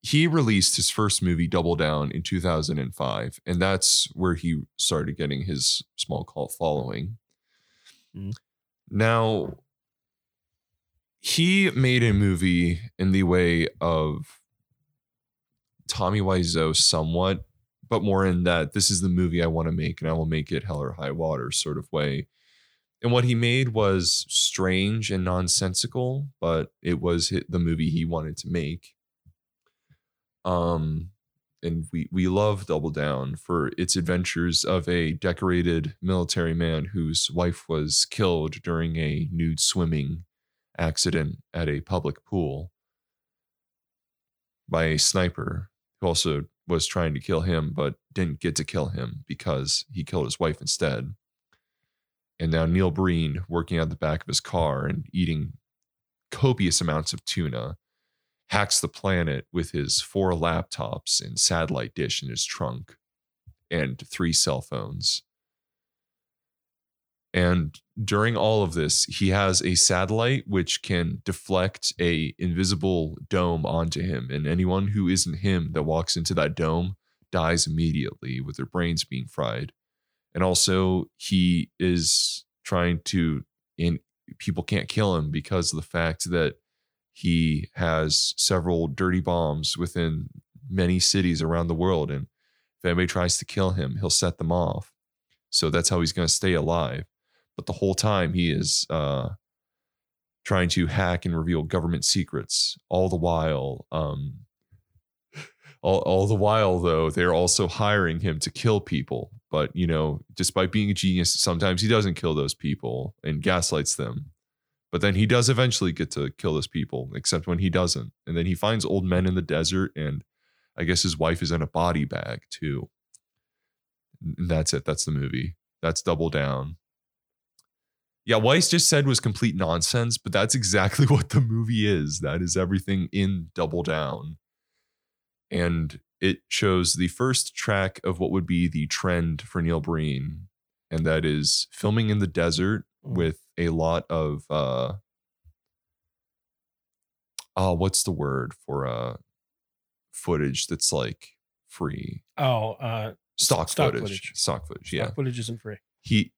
[SPEAKER 3] he released his first movie, Double Down, in 2005, and that's where he started getting his small cult following.
[SPEAKER 2] Mhm.
[SPEAKER 3] Now, he made a movie in the way of Tommy Wiseau somewhat, but more in that this is the movie I want to make and I will make it hell or high water sort of way. And what he made was strange and nonsensical, but it was hi- the movie he wanted to make. Um, and we we love Double Down for its adventures of a decorated military man whose wife was killed during a nude swimming accident at a public pool by a sniper who also was trying to kill him but didn't get to kill him because he killed his wife instead. And now Neil Breen working out the back of his car and eating copious amounts of tuna hacks the planet with his four laptops and satellite dish in his trunk and three cell phones. And during all of this, he has a satellite which can deflect a invisible dome onto him and anyone who isn't him that walks into that dome dies immediately with their brains being fried. And also he is trying to and people can't kill him because of the fact that he has several dirty bombs within many cities around the world and if anybody tries to kill him he'll set them off so that's how he's going to stay alive but the whole time he is uh, trying to hack and reveal government secrets all the while um, all, all the while though they're also hiring him to kill people but you know despite being a genius sometimes he doesn't kill those people and gaslights them but then he does eventually get to kill those people, except when he doesn't. And then he finds old men in the desert, and I guess his wife is in a body bag too. And that's it. That's the movie. That's Double Down. Yeah, Weiss just said was complete nonsense, but that's exactly what the movie is. That is everything in Double Down. And it shows the first track of what would be the trend for Neil Breen, and that is filming in the desert with a lot of uh oh what's the word for uh footage that's like free
[SPEAKER 2] Oh, uh,
[SPEAKER 3] stock,
[SPEAKER 2] Stock
[SPEAKER 3] footage.
[SPEAKER 2] footage.
[SPEAKER 3] stock footage yeah
[SPEAKER 2] stock footage isn't free.
[SPEAKER 3] he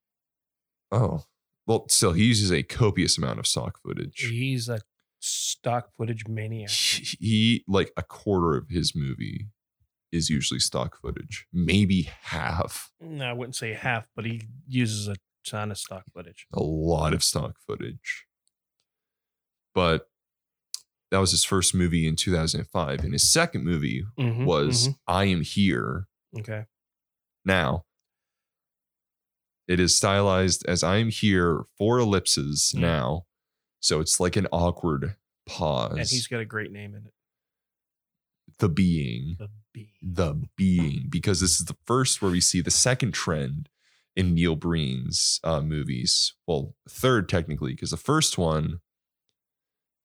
[SPEAKER 3] oh well still he uses a copious amount of stock footage
[SPEAKER 2] He's a stock footage maniac.
[SPEAKER 3] he, he- like a quarter of his movie is usually stock footage maybe half
[SPEAKER 2] No, I wouldn't say half, but he uses a ton of stock footage.
[SPEAKER 3] a lot of stock footage. But that was his first movie in 2005. And his second movie
[SPEAKER 2] Mhm,
[SPEAKER 3] was I Am Here
[SPEAKER 2] mhm. okay.
[SPEAKER 3] Now. It is stylized as I Am Here, four ellipses
[SPEAKER 2] Mm.
[SPEAKER 3] now. So it's like an awkward pause.
[SPEAKER 2] And he's got a great name in it.
[SPEAKER 3] the being.
[SPEAKER 2] The B.
[SPEAKER 3] the being because this is the first where we see the second trend in Neil Breen's uh, movies. Well, third technically, because the first one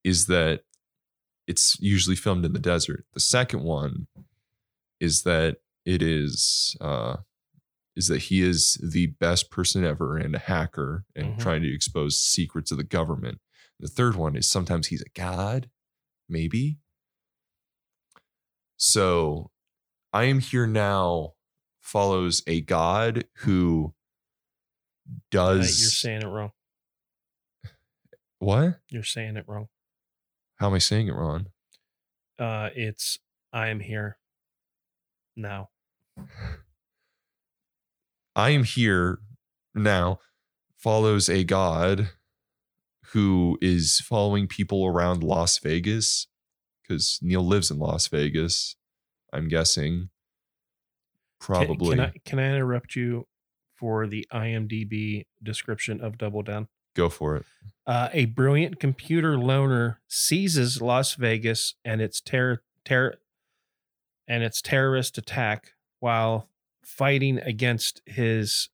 [SPEAKER 3] is that it's usually filmed in the desert. The second one is that it is uh, is that he is the best person ever and a hacker and
[SPEAKER 2] Mhm.
[SPEAKER 3] trying to expose secrets of the government. The third one is sometimes he's a god, maybe. So I am here now follows a god who
[SPEAKER 2] Uh,
[SPEAKER 3] does
[SPEAKER 2] you're saying it wrong.
[SPEAKER 3] what?
[SPEAKER 2] You're saying it wrong.
[SPEAKER 3] How am I saying it wrong?
[SPEAKER 2] Uh, it's I am here now.
[SPEAKER 3] I am here now follows a god who is following people around Las Vegas because Neil lives in Las Vegas. I'm guessing.
[SPEAKER 2] Can-
[SPEAKER 3] Probably.
[SPEAKER 2] Can, I can I interrupt you for the IMDb description of Double Down?
[SPEAKER 3] Go for it.
[SPEAKER 2] Uh, a brilliant computer loner seizes Las Vegas and its terror terror and its terrorist attack while fighting against his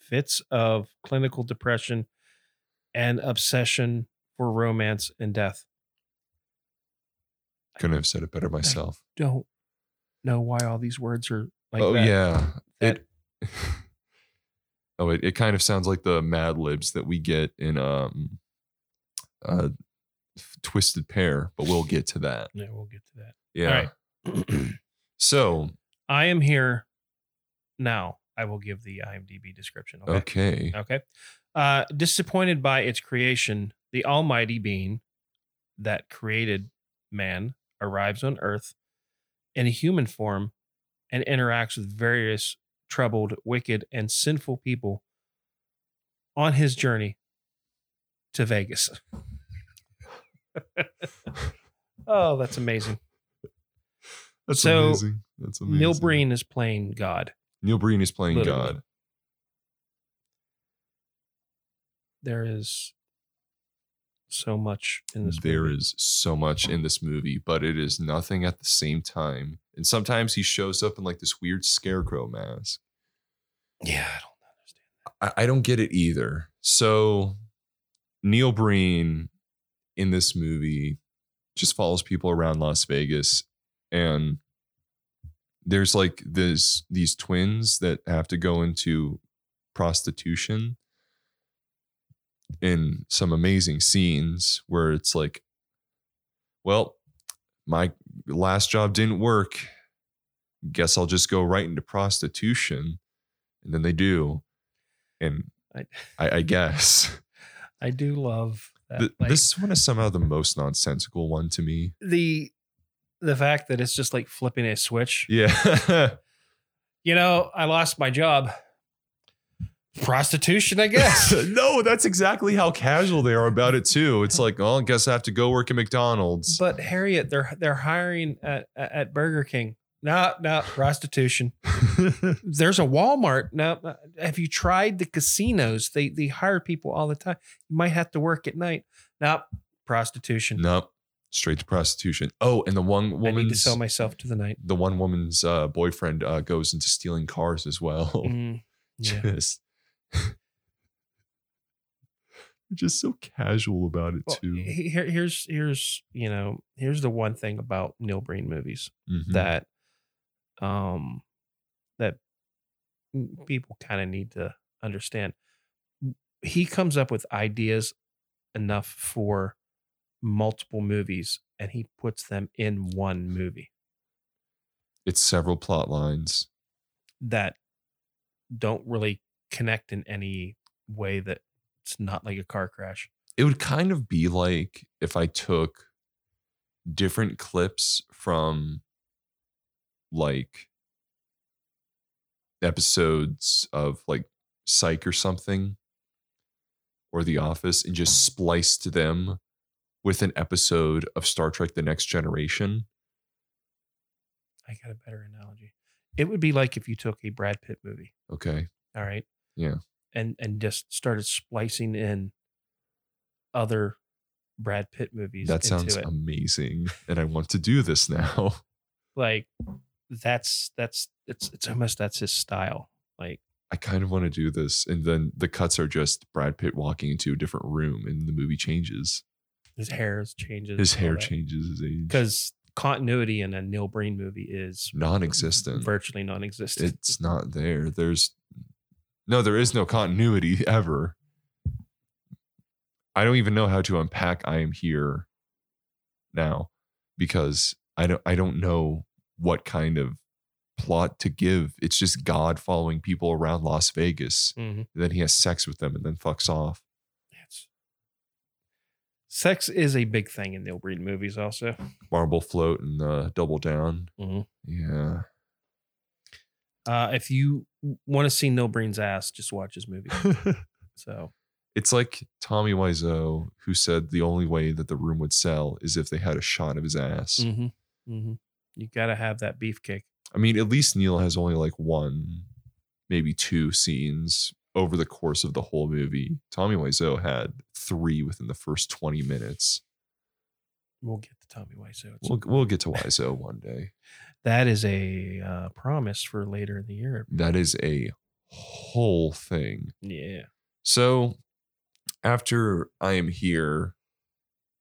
[SPEAKER 2] fits of clinical depression and obsession for romance and death.
[SPEAKER 3] Couldn't have said it better myself.
[SPEAKER 2] Don't know why all these words are like
[SPEAKER 3] oh
[SPEAKER 2] that.
[SPEAKER 3] yeah.
[SPEAKER 2] That-
[SPEAKER 3] It Oh, it, it kind of sounds like the Mad Libs that we get in um uh Twisted Pair, but we'll get to that.
[SPEAKER 2] Yeah, we'll get to that.
[SPEAKER 3] Yeah. So,
[SPEAKER 2] I am here now. I will give the IMDb description. Okay.
[SPEAKER 3] okay.
[SPEAKER 2] Okay. Uh, disappointed by its creation, the almighty being that created man arrives on earth in a human form and interacts with various troubled, wicked, and sinful people on his journey to Vegas. oh, that's amazing.
[SPEAKER 3] That's
[SPEAKER 2] So,
[SPEAKER 3] amazing. That's amazing.
[SPEAKER 2] Neil Breen is playing God.
[SPEAKER 3] Neil Breen is playing
[SPEAKER 2] Literally.
[SPEAKER 3] God.
[SPEAKER 2] There is so much in this.
[SPEAKER 3] There
[SPEAKER 2] movie.
[SPEAKER 3] is so much in this movie, but it is nothing at the same time. And sometimes he shows up in like this weird scarecrow mask.
[SPEAKER 2] Yeah, I don't understand.
[SPEAKER 3] I, I don't get it either. So Neil Breen in this movie just follows people around Las Vegas and there's like this these twins that have to go into prostitution in some amazing scenes where it's like well my last job didn't work guess I'll just go right into prostitution and then they do and
[SPEAKER 2] I-
[SPEAKER 3] I, I guess
[SPEAKER 2] I do love that.
[SPEAKER 3] Th-
[SPEAKER 2] like,
[SPEAKER 3] this one is somehow the most nonsensical one to me.
[SPEAKER 2] the the fact that it's just like flipping a switch.
[SPEAKER 3] Yeah,
[SPEAKER 2] You know, I lost my job. Prostitution, I guess.
[SPEAKER 3] no, that's exactly how casual they are about it too. It's like, oh, I guess I have to go work at McDonald's.
[SPEAKER 2] but Harriet, they're they're hiring at at Burger King. No, no, prostitution. There's a Walmart. No, no. have you tried the casinos? They they hire people all the time. You might have to work at night. No, prostitution.
[SPEAKER 3] nope, straight to prostitution. Oh, and the one
[SPEAKER 2] I need to
[SPEAKER 3] woman's
[SPEAKER 2] sell myself to the night.
[SPEAKER 3] the one woman's uh, boyfriend uh, goes into stealing cars as well.
[SPEAKER 2] Mm, yeah.
[SPEAKER 3] Just, just so casual about it
[SPEAKER 2] Well,
[SPEAKER 3] too.
[SPEAKER 2] he- here, here's here's you know here's the one thing about Neil Breen movies
[SPEAKER 3] Mhm.
[SPEAKER 2] that um that people kind of need to understand he comes up with ideas enough for multiple movies and he puts them in one movie
[SPEAKER 3] it's several plot lines.
[SPEAKER 2] that don't really connect in any way that it's not like a car crash
[SPEAKER 3] it would kind of be like if I took different clips from like episodes of like Psych or something or The Office and just spliced them with an episode of Star Trek The Next Generation.
[SPEAKER 2] i got a better analogy it would be like if you took a brad pitt movie
[SPEAKER 3] Okay.
[SPEAKER 2] All right.
[SPEAKER 3] Yeah.
[SPEAKER 2] And and just started splicing in other Brad Pitt movies.
[SPEAKER 3] that sounds
[SPEAKER 2] into it.
[SPEAKER 3] amazing. And I want to do this now.
[SPEAKER 2] like that's that's it's it's almost that's his style. Like
[SPEAKER 3] I kind of want to do this. And then the cuts are just Brad Pitt walking into a different room and the movie changes.
[SPEAKER 2] his hair is- changes.
[SPEAKER 3] His hair changes his age.
[SPEAKER 2] because continuity in a Neil Breen movie is
[SPEAKER 3] non-existent.
[SPEAKER 2] virtually non-existent.
[SPEAKER 3] It's not there. There's no. There is no continuity ever. I don't even know how to unpack. I am here now because I don't. I don't know what kind of plot to give. It's just God following people around Las Vegas.
[SPEAKER 2] Mhm.
[SPEAKER 3] Then he has sex with them and then fucks off.
[SPEAKER 2] It's- sex is a big thing in Neil Breen movies. Also,
[SPEAKER 3] Marble float and uh, double down.
[SPEAKER 2] Mhm.
[SPEAKER 3] Yeah.
[SPEAKER 2] uh, if you want to see Neil Breen's ass, just watch his movie. so
[SPEAKER 3] It's like Tommy Wiseau, who said the only way that the room would sell is if they had a shot of his ass.
[SPEAKER 2] hmm hmm You gotta have that beefcake.
[SPEAKER 3] I mean, at least Neil has only like one, maybe two scenes over the course of the whole movie. Tommy Wiseau had three within the first 20 minutes.
[SPEAKER 2] We'll get to Tommy Wiseau. It's-
[SPEAKER 3] We'll, we'll get to Wiseau one day.
[SPEAKER 2] that is a uh, promise for later in the year.
[SPEAKER 3] That is a whole thing.
[SPEAKER 2] Yeah.
[SPEAKER 3] So after I am here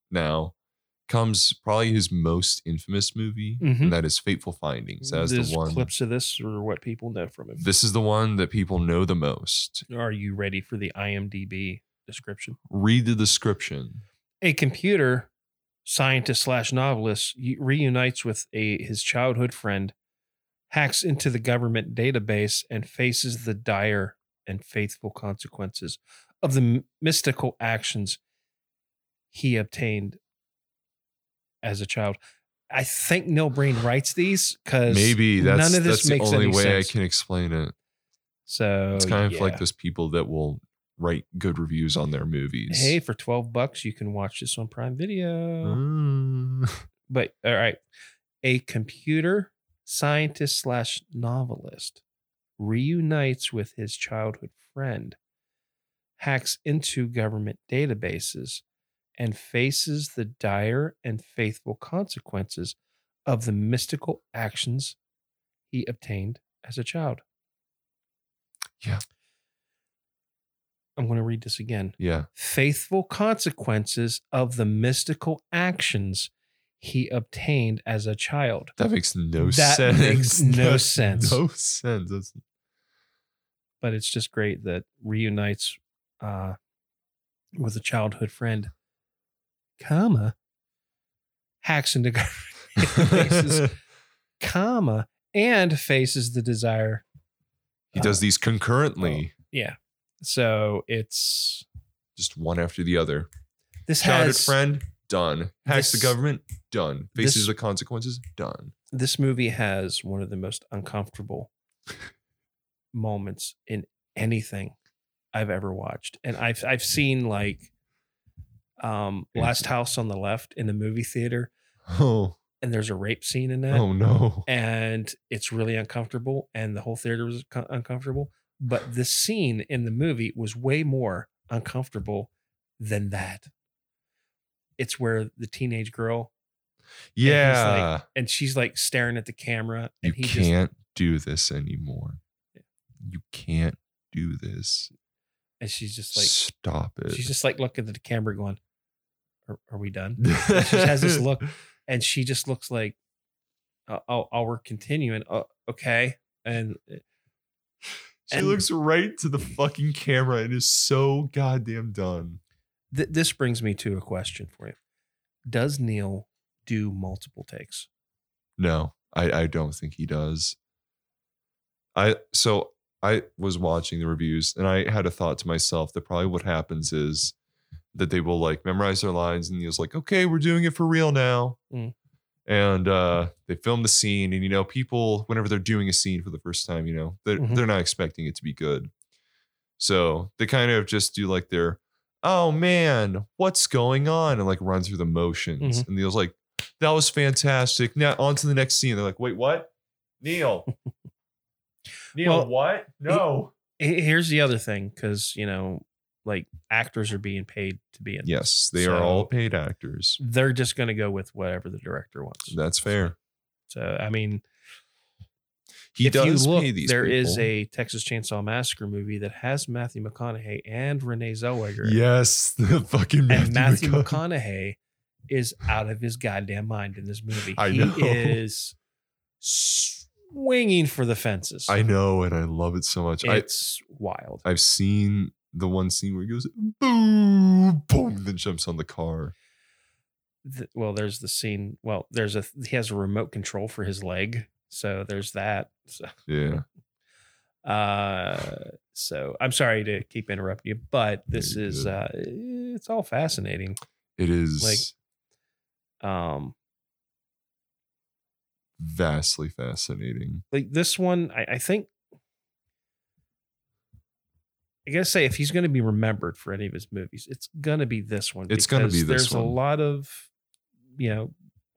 [SPEAKER 3] now comes probably his most infamous movie,
[SPEAKER 2] Mhm.
[SPEAKER 3] and that is Fateful Findings. That is
[SPEAKER 2] These
[SPEAKER 3] the one.
[SPEAKER 2] clips of this are what people know from him.
[SPEAKER 3] This is the one that people know the most.
[SPEAKER 2] Are you ready for the IMDb description?
[SPEAKER 3] Read the description.
[SPEAKER 2] A computer scientist slash novelist y- reunites with a his childhood friend, hacks into the government database, and faces the dire and faithful consequences of the m- mystical actions he obtained as a child. I think Neil Breen writes these because
[SPEAKER 3] Maybe that's
[SPEAKER 2] none of this
[SPEAKER 3] that's
[SPEAKER 2] makes
[SPEAKER 3] the only
[SPEAKER 2] any
[SPEAKER 3] way
[SPEAKER 2] sense.
[SPEAKER 3] I can explain it.
[SPEAKER 2] So
[SPEAKER 3] It's kind of
[SPEAKER 2] yeah.
[SPEAKER 3] like those people that will write good reviews on their movies.
[SPEAKER 2] Hey, for twelve bucks, you can watch this on Prime Video.
[SPEAKER 3] Mm.
[SPEAKER 2] But all right, a computer scientist slash novelist reunites with his childhood friend, hacks into government databases, and faces the dire and faithful consequences of the mystical actions he obtained as a child.
[SPEAKER 3] Yeah.
[SPEAKER 2] I'm going to read this again
[SPEAKER 3] Yeah.
[SPEAKER 2] faithful consequences of the mystical actions he obtained as a child.
[SPEAKER 3] That makes no
[SPEAKER 2] That
[SPEAKER 3] sense.
[SPEAKER 2] makes no
[SPEAKER 3] That's
[SPEAKER 2] sense.
[SPEAKER 3] No sense. That's-
[SPEAKER 2] But it's just great that reunites uh, with a childhood friend, comma, hacks into government places, comma, and faces the desire. uh,
[SPEAKER 3] he does these concurrently,
[SPEAKER 2] Yeah. So it's
[SPEAKER 3] just one after the other.
[SPEAKER 2] this
[SPEAKER 3] Childhood
[SPEAKER 2] has
[SPEAKER 3] friend, done. Hacks
[SPEAKER 2] This-
[SPEAKER 3] the government, done. Faces
[SPEAKER 2] this-
[SPEAKER 3] the consequences, done.
[SPEAKER 2] this movie has one of the most uncomfortable moments in anything I've ever watched. And I've I've seen like um
[SPEAKER 3] Yeah.
[SPEAKER 2] Last House on the Left in the movie theater
[SPEAKER 3] Oh,
[SPEAKER 2] and there's a rape scene in that
[SPEAKER 3] oh no.
[SPEAKER 2] and it's really uncomfortable and the whole theater was co- uncomfortable, but the scene in the movie was way more uncomfortable than that. It's where the teenage girl
[SPEAKER 3] Yeah.
[SPEAKER 2] and she's like staring at the camera
[SPEAKER 3] you
[SPEAKER 2] and he just
[SPEAKER 3] can't do this anymore. You can't do this.
[SPEAKER 2] and she's just like
[SPEAKER 3] Stop it.
[SPEAKER 2] she's just like looking at the camera going are, are we
[SPEAKER 3] Mm.
[SPEAKER 2] done she just has this look. and she just looks like oh, oh, oh we're continuing oh, okay and eh,
[SPEAKER 3] She
[SPEAKER 2] And-
[SPEAKER 3] looks right to the fucking camera and is so goddamn done.
[SPEAKER 2] th- this brings me to a question for you does neil do multiple takes
[SPEAKER 3] No, I, I don't think he does. I so I was watching the reviews and I had a thought to myself that probably what happens is that they will like memorize their lines and he was like, okay, we're doing it for real now.
[SPEAKER 2] Mm.
[SPEAKER 3] And uh, they film the scene, and you know, people, whenever they're doing a scene for the first time, you know, they're,
[SPEAKER 2] Mhm.
[SPEAKER 3] they're not expecting it to be good. So they kind of just do like their, oh man, what's going on? And like run through the motions. And Neil's like, that was fantastic. Now on to the next scene. They're like, wait, what? Neil. Neil,
[SPEAKER 2] Well,
[SPEAKER 3] what? No.
[SPEAKER 2] H- here's the other thing because you know like actors are being paid to be in
[SPEAKER 3] yes, they are
[SPEAKER 2] So-
[SPEAKER 3] all paid actors.
[SPEAKER 2] they're just going to go with whatever the director wants
[SPEAKER 3] That's fair.
[SPEAKER 2] so i mean
[SPEAKER 3] He
[SPEAKER 2] if
[SPEAKER 3] does
[SPEAKER 2] you look,
[SPEAKER 3] pay these.
[SPEAKER 2] there is
[SPEAKER 3] people.
[SPEAKER 2] a Texas Chainsaw Massacre movie that has Matthew McConaughey and Renee Zellweger. in it.
[SPEAKER 3] Yes, the fucking
[SPEAKER 2] and Matthew
[SPEAKER 3] McCona-
[SPEAKER 2] McConaughey is out of his goddamn mind in this movie.
[SPEAKER 3] I
[SPEAKER 2] he
[SPEAKER 3] know.
[SPEAKER 2] is swinging for the fences.
[SPEAKER 3] I know, and I love it so much. I,
[SPEAKER 2] It's wild.
[SPEAKER 3] I've seen the one scene where he goes boom, boom, then jumps on the car.
[SPEAKER 2] Th- well, there's the scene. Well, there's a he has a remote control for his leg, so there's that. So,
[SPEAKER 3] Yeah,
[SPEAKER 2] uh, so I'm sorry to keep interrupting you, but this
[SPEAKER 3] You're
[SPEAKER 2] is
[SPEAKER 3] good.
[SPEAKER 2] uh, it's all fascinating.
[SPEAKER 3] it is
[SPEAKER 2] Like- Um,
[SPEAKER 3] vastly fascinating.
[SPEAKER 2] like this one, I, I think. I gotta say, if he's gonna be remembered for any of his movies, it's gonna be this one.
[SPEAKER 3] It's gonna
[SPEAKER 2] because
[SPEAKER 3] be this
[SPEAKER 2] There's a
[SPEAKER 3] one.
[SPEAKER 2] lot of, you know,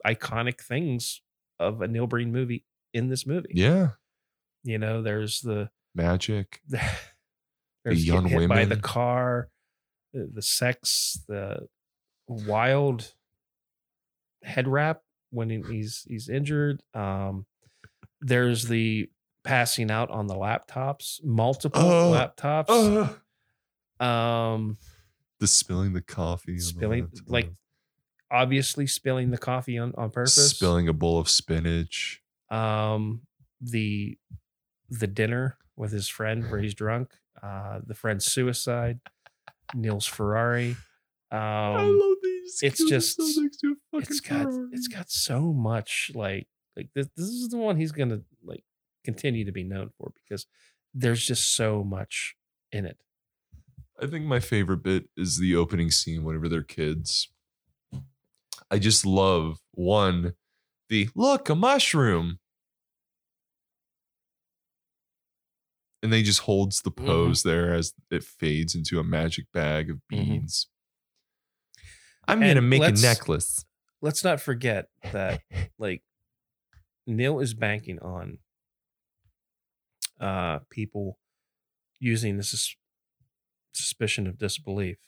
[SPEAKER 2] iconic things of a Neil Breen movie in this movie.
[SPEAKER 3] Yeah,
[SPEAKER 2] You know, there's the
[SPEAKER 3] magic.
[SPEAKER 2] there's
[SPEAKER 3] young
[SPEAKER 2] get hit by the
[SPEAKER 3] women.
[SPEAKER 2] car, the, the sex, the wild head wrap when he- he's he's injured. Um, there's the passing out on the laptops, multiple
[SPEAKER 3] Oh,
[SPEAKER 2] laptops.
[SPEAKER 3] Ah.
[SPEAKER 2] um,
[SPEAKER 3] the spilling the coffee, on the
[SPEAKER 2] Spilling-
[SPEAKER 3] laptop.
[SPEAKER 2] like, obviously spilling the coffee on on purpose.
[SPEAKER 3] spilling a bowl of spinach.
[SPEAKER 2] Um, the the dinner with his friend where he's drunk. Uh, the friend's suicide. Neil's Ferrari. Um,
[SPEAKER 3] these.
[SPEAKER 2] it's just- it's got it's got so much like like this, this is the one he's gonna like continue to be known for because there's just so much in it
[SPEAKER 3] I think my favorite bit is the opening scene whenever they're kids. I just love one, the look, a mushroom. And they just holds the
[SPEAKER 2] Mhm.
[SPEAKER 3] pose there as it fades into a magic bag of
[SPEAKER 2] Mhm.
[SPEAKER 3] beads. I'm
[SPEAKER 2] And
[SPEAKER 3] gonna make a
[SPEAKER 2] let's-
[SPEAKER 3] necklace.
[SPEAKER 2] Let's not forget that like Neil is banking on uh people using this sus- suspicion of disbelief.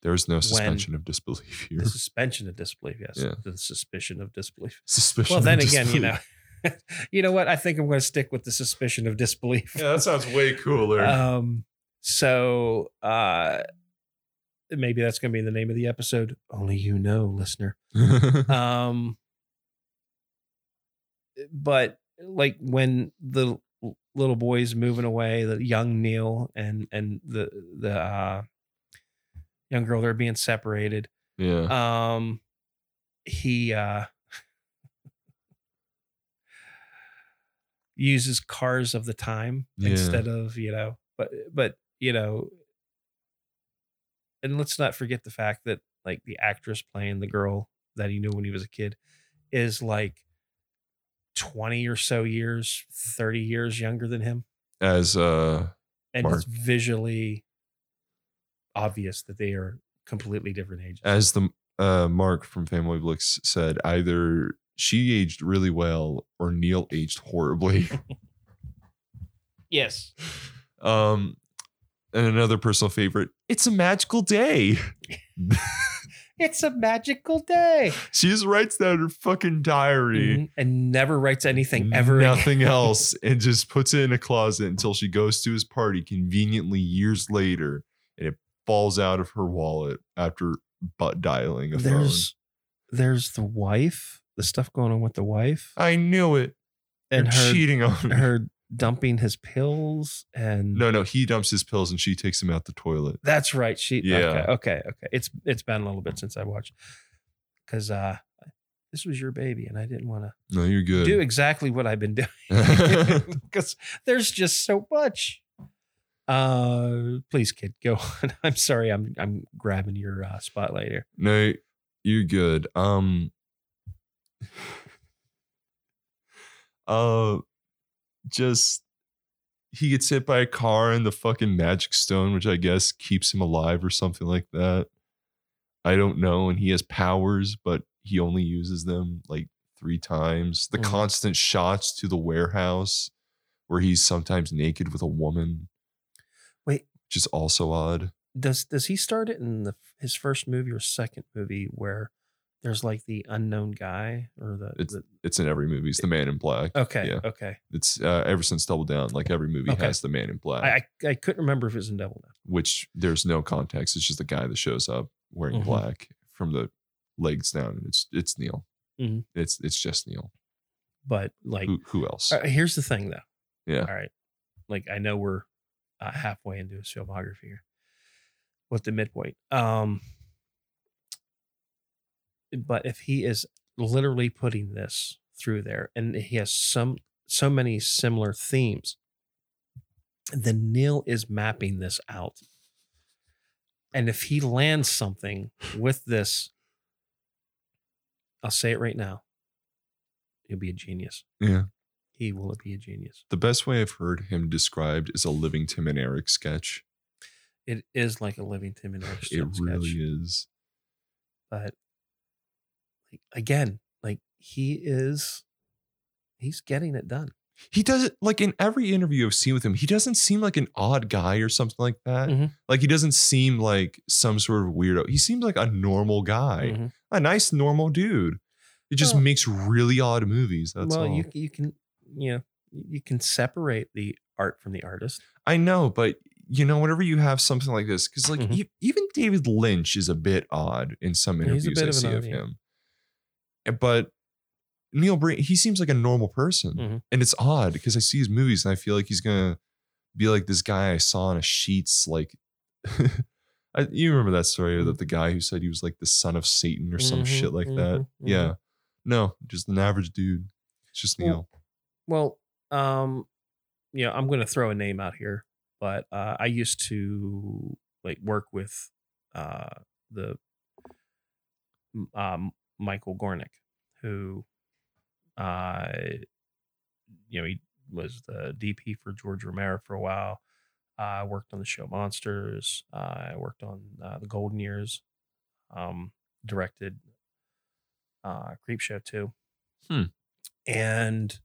[SPEAKER 3] There's no suspension of disbelief here.
[SPEAKER 2] The suspension of disbelief, yes.
[SPEAKER 3] Yeah.
[SPEAKER 2] The suspicion of disbelief.
[SPEAKER 3] Suspicion.
[SPEAKER 2] Well,
[SPEAKER 3] of
[SPEAKER 2] then again, you
[SPEAKER 3] disbelief.
[SPEAKER 2] know, you know what? I think I'm going to stick with the suspicion of disbelief.
[SPEAKER 3] Yeah, that sounds way cooler.
[SPEAKER 2] Um, so uh, maybe that's going to be the name of the episode. Only you know, listener. Um, but like when the l- little boy's moving away, the young Neil and and the the uh, young girl they're being separated.
[SPEAKER 3] yeah.
[SPEAKER 2] Um, he uh, uses cars of the time
[SPEAKER 3] Yeah.
[SPEAKER 2] instead of you know, but but you know, and let's not forget the fact that like the actress playing the girl that he knew when he was a kid is like twenty or so years, thirty years younger than him,
[SPEAKER 3] As uh
[SPEAKER 2] and
[SPEAKER 3] Mark.
[SPEAKER 2] it's visually obvious that they are completely different ages.
[SPEAKER 3] as the uh, Mark from Family Blix said, either she aged really well or Neil aged horribly.
[SPEAKER 2] yes.
[SPEAKER 3] Um, and another personal favorite, it's a magical day.
[SPEAKER 2] It's a magical day.
[SPEAKER 3] She just writes down in her fucking diary.
[SPEAKER 2] Mhm. And never writes anything ever again.
[SPEAKER 3] Nothing else, and just puts it in a closet until she goes to his party conveniently years later, and it falls out of her wallet after butt dialing a
[SPEAKER 2] There's there's the wife, the stuff going on with the wife,
[SPEAKER 3] phone. I knew it.
[SPEAKER 2] and
[SPEAKER 3] You're
[SPEAKER 2] her
[SPEAKER 3] cheating on me.
[SPEAKER 2] her dumping his pills and
[SPEAKER 3] No, no, he dumps his pills and she takes him out the toilet.
[SPEAKER 2] that's right. She
[SPEAKER 3] Yeah.
[SPEAKER 2] okay, okay, okay. It's it's been a little bit since I watched. Cause uh this was your baby and I didn't want to
[SPEAKER 3] No, you're good.
[SPEAKER 2] do exactly what I've been doing. Because there's just so much. Uh please kid, go on. I'm sorry, I'm I'm grabbing your uh, spotlight here.
[SPEAKER 3] no, you're good. Um uh just he gets hit by a car and the fucking magic stone, which I guess keeps him alive or something like that. I don't know. And he has powers, but he only uses them like three times. The
[SPEAKER 2] Mhm.
[SPEAKER 3] constant shots to the warehouse where he's sometimes naked with a woman.
[SPEAKER 2] Wait.
[SPEAKER 3] Which is also odd.
[SPEAKER 2] does does he start it in the his first movie or second movie where there's like the unknown guy or the, the
[SPEAKER 3] It's in every movie. It's the man in black.
[SPEAKER 2] okay
[SPEAKER 3] yeah.
[SPEAKER 2] okay
[SPEAKER 3] It's uh, ever since Double Down, like every movie
[SPEAKER 2] Okay.
[SPEAKER 3] has the man in black,
[SPEAKER 2] I, I I couldn't remember if it was in Devil now
[SPEAKER 3] which there's no context. It's just the guy that shows up wearing
[SPEAKER 2] Mhm.
[SPEAKER 3] black from the legs down, and it's it's Neil.
[SPEAKER 2] Mhm.
[SPEAKER 3] It's it's just Neil.
[SPEAKER 2] but like
[SPEAKER 3] Who, who else?
[SPEAKER 2] uh, here's the thing though
[SPEAKER 3] Yeah.
[SPEAKER 2] all right like I know we're uh, halfway into his filmography here with the midpoint um but if he is literally putting this through there and he has some so many similar themes then neil is mapping this out and if he lands something with this i'll say it right now he'll be a genius
[SPEAKER 3] Yeah.
[SPEAKER 2] he will be a genius
[SPEAKER 3] The best way I've heard him described is a living Tim and Eric sketch.
[SPEAKER 2] it is like a living tim and Eric
[SPEAKER 3] It
[SPEAKER 2] Stone sketch.
[SPEAKER 3] really is.
[SPEAKER 2] but like, again like he is he's getting it done
[SPEAKER 3] he doesn't like in every interview I've seen with him, he doesn't seem like an odd guy or something like that.
[SPEAKER 2] Mhm.
[SPEAKER 3] Like he doesn't seem like some sort of weirdo. He seems like a normal guy,
[SPEAKER 2] Mhm.
[SPEAKER 3] a nice normal dude. It just
[SPEAKER 2] Well-
[SPEAKER 3] makes really odd movies. That's
[SPEAKER 2] well
[SPEAKER 3] all.
[SPEAKER 2] you you can you know you can separate the art from the artist
[SPEAKER 3] I know, but you know, whenever you have something like this, because like
[SPEAKER 2] Mhm.
[SPEAKER 3] e- even David Lynch is a bit odd in some
[SPEAKER 2] He's a
[SPEAKER 3] interviews
[SPEAKER 2] bit of
[SPEAKER 3] I
[SPEAKER 2] an
[SPEAKER 3] see
[SPEAKER 2] odd,
[SPEAKER 3] of
[SPEAKER 2] yeah.
[SPEAKER 3] him. Eh, But Neil Breen, he seems like a normal person,
[SPEAKER 2] Mhm.
[SPEAKER 3] and it's odd because I see his movies and I feel like he's gonna be like this guy I saw on a sheets. Like, I, you remember that story that the
[SPEAKER 2] Mm-hmm.
[SPEAKER 3] guy who said he was like the son of Satan or some
[SPEAKER 2] Mhm,
[SPEAKER 3] shit like that?
[SPEAKER 2] mhm, mhm.
[SPEAKER 3] Yeah, no, just an average dude. It's just
[SPEAKER 2] Well,
[SPEAKER 3] Neil.
[SPEAKER 2] well um you know i'm gonna throw a name out here but uh i used to like work with uh the um Michael Gornick, who uh you know he was the DP for George Romero for a while. I worked on the show Monsters. I worked on uh, the Golden Years. Um, directed uh, Creep Show too.
[SPEAKER 3] Hmm.
[SPEAKER 2] And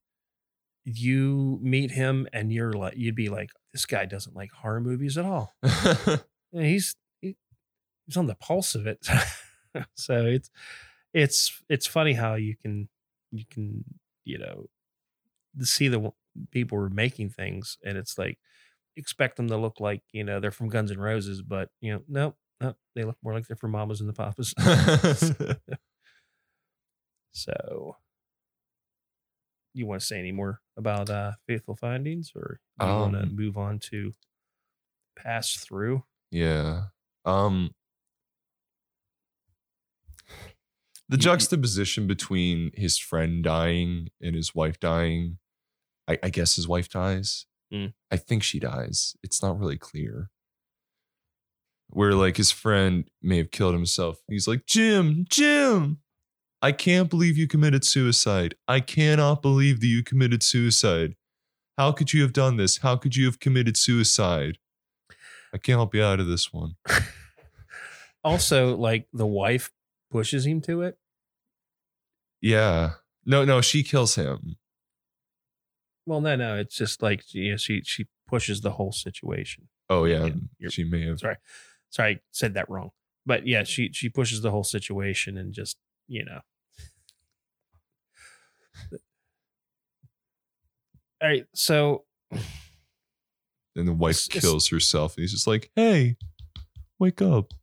[SPEAKER 2] you meet him, and you're like, you'd be like, this guy doesn't like horror movies at all. And he's he, he's on the pulse of it. so it's it's it's funny how you can you can you know see the w- people who are making things, and it's like expect them to look like you know they're from Guns N' Roses, but you know no, no they look more like they're from Mamas and the Papas. So, you want to say any more about uh, faithful findings, or you want to
[SPEAKER 3] Um,
[SPEAKER 2] move on to pass through?
[SPEAKER 3] yeah. Um the
[SPEAKER 2] You-
[SPEAKER 3] juxtaposition between his friend dying and his wife dying. I, I guess his wife dies.
[SPEAKER 2] Mm.
[SPEAKER 3] I think she dies. It's not really clear. Where like his friend may have killed himself. He's like, Jim, Jim, I can't believe you committed suicide. I cannot believe that you committed suicide. How could you have done this? How could you have committed suicide? I can't help you out of this one.
[SPEAKER 2] Also, like the wife pushes him to it.
[SPEAKER 3] Yeah. No, no, she kills him.
[SPEAKER 2] Well, no, no, it's just like you know, she she pushes the whole situation.
[SPEAKER 3] Oh yeah.
[SPEAKER 2] Yeah, you're-
[SPEAKER 3] she may have
[SPEAKER 2] Sorry. Sorry, I said that wrong. But yeah, she she pushes the whole situation and just you know. All right, so
[SPEAKER 3] and the wife
[SPEAKER 2] It's- it's-
[SPEAKER 3] kills herself. And he's just like, Hey, wake up.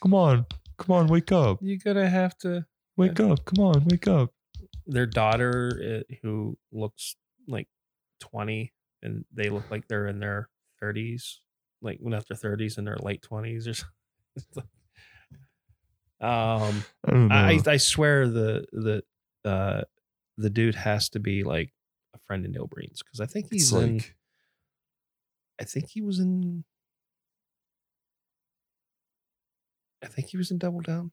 [SPEAKER 3] Come on. Come on, wake up.
[SPEAKER 2] you're gonna have to
[SPEAKER 3] Wake up. Come on, wake up.
[SPEAKER 2] their daughter uh, who looks like 20 and they look like they're in their 30s like when after 30s in their late 20s or something um
[SPEAKER 3] I don't know.
[SPEAKER 2] I, I swear the the uh the dude has to be like a friend in Ilbreen's because i think he's
[SPEAKER 3] it's
[SPEAKER 2] in
[SPEAKER 3] like
[SPEAKER 2] i think he was in i think he was in double down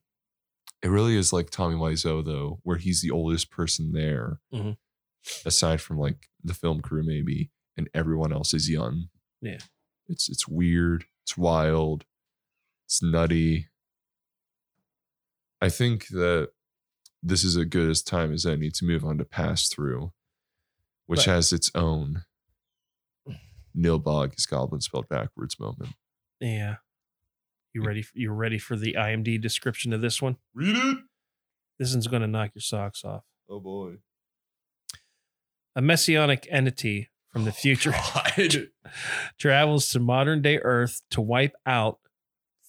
[SPEAKER 3] it really is like Tommy Wiseau though, where he's the oldest person there,
[SPEAKER 2] Mhm.
[SPEAKER 3] aside from like the film crew maybe, and everyone else is young.
[SPEAKER 2] Yeah.
[SPEAKER 3] it's it's weird, it's wild, it's nutty. I think that this is as good as time as any to move on to pass through, which
[SPEAKER 2] But-
[SPEAKER 3] has its own Nil Bog is Goblin spelled backwards moment.
[SPEAKER 2] yeah you ready f- you ready for the imd description of this one
[SPEAKER 3] Read it.
[SPEAKER 2] This one's going to knock your socks off.
[SPEAKER 3] Oh boy.
[SPEAKER 2] A messianic entity from the
[SPEAKER 3] Oh,
[SPEAKER 2] future travels to modern day Earth to wipe out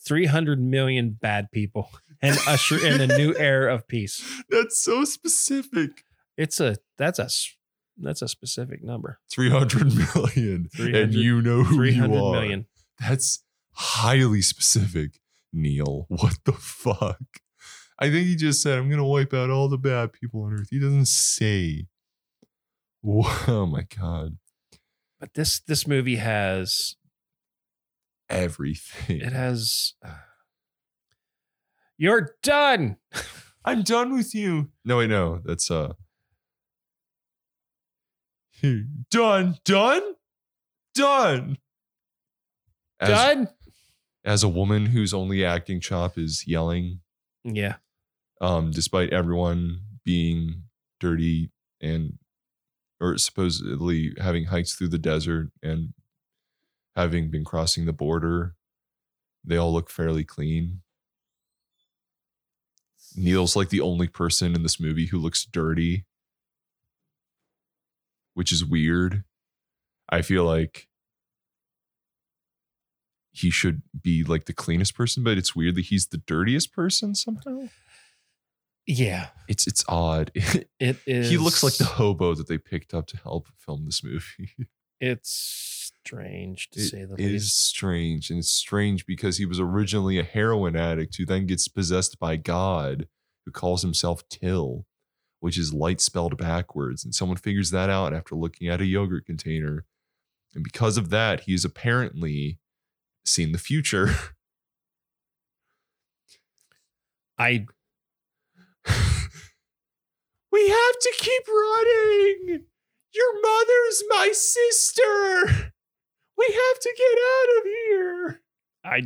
[SPEAKER 2] 300 million bad people and usher in a new era of peace.
[SPEAKER 3] That's so specific.
[SPEAKER 2] It's a that's a s- that's a specific number.
[SPEAKER 3] 300 million
[SPEAKER 2] 300
[SPEAKER 3] and you know who
[SPEAKER 2] 300
[SPEAKER 3] you are.
[SPEAKER 2] million.
[SPEAKER 3] That's highly specific, Neil. What the fuck? I think he just said, I'm going to wipe out all the bad people on earth. He doesn't say. Wha- Oh my God.
[SPEAKER 2] But this this movie has
[SPEAKER 3] Everything.
[SPEAKER 2] it has You're done.
[SPEAKER 3] I'm done with you. No, wait, no. That's, uh, done, done, done. As,
[SPEAKER 2] done?
[SPEAKER 3] as a woman whose only acting chop is yelling,
[SPEAKER 2] Yeah.
[SPEAKER 3] um, despite everyone being dirty and or supposedly having hikes through the desert and having been crossing the border, they all look fairly clean. Neil's like the only person in this movie who looks dirty, which is weird. I feel like he should be like the cleanest person, but it's weird that he's the dirtiest person somehow.
[SPEAKER 2] Yeah.
[SPEAKER 3] It's it's odd.
[SPEAKER 2] It is
[SPEAKER 3] he looks like the hobo that they picked up to help film this movie.
[SPEAKER 2] it's strange to
[SPEAKER 3] It
[SPEAKER 2] say the
[SPEAKER 3] is
[SPEAKER 2] least.
[SPEAKER 3] strange, and it's strange because he was originally a heroin addict who then gets possessed by God, who calls himself Till, which is light spelled backwards. And someone figures that out after looking at a yogurt container, and because of that, he's apparently seen the future.
[SPEAKER 2] I
[SPEAKER 3] We have to keep running. Your mother's my sister. We have to get out of here.
[SPEAKER 2] I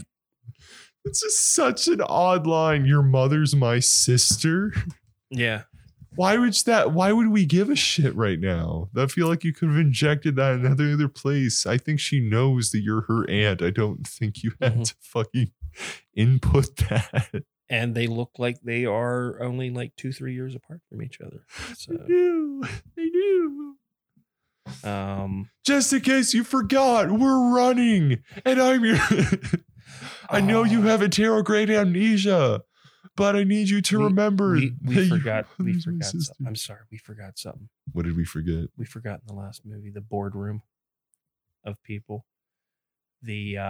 [SPEAKER 3] This is such an odd line. Your mother's my sister.
[SPEAKER 2] yeah.
[SPEAKER 3] Why would that? Why would we give a shit right now? I feel like you could have injected that in another other place. I think she knows that you're her aunt. I don't think you had
[SPEAKER 2] Mhm.
[SPEAKER 3] to fucking input that.
[SPEAKER 2] And they look like they are only like two, three years apart from each other.
[SPEAKER 3] I
[SPEAKER 2] So,
[SPEAKER 3] knew. I knew.
[SPEAKER 2] um,
[SPEAKER 3] Just in case you forgot, we're running, and I'm your. I know you
[SPEAKER 2] Aw.
[SPEAKER 3] have a tarot-grade amnesia, but I need you to
[SPEAKER 2] We-
[SPEAKER 3] remember.
[SPEAKER 2] we,
[SPEAKER 3] that
[SPEAKER 2] we
[SPEAKER 3] your
[SPEAKER 2] forgot we
[SPEAKER 3] mother's my
[SPEAKER 2] forgot
[SPEAKER 3] sister.
[SPEAKER 2] something. I'm sorry, we forgot something.
[SPEAKER 3] What did we forget?
[SPEAKER 2] we forgot in the last movie the boardroom of people the uh,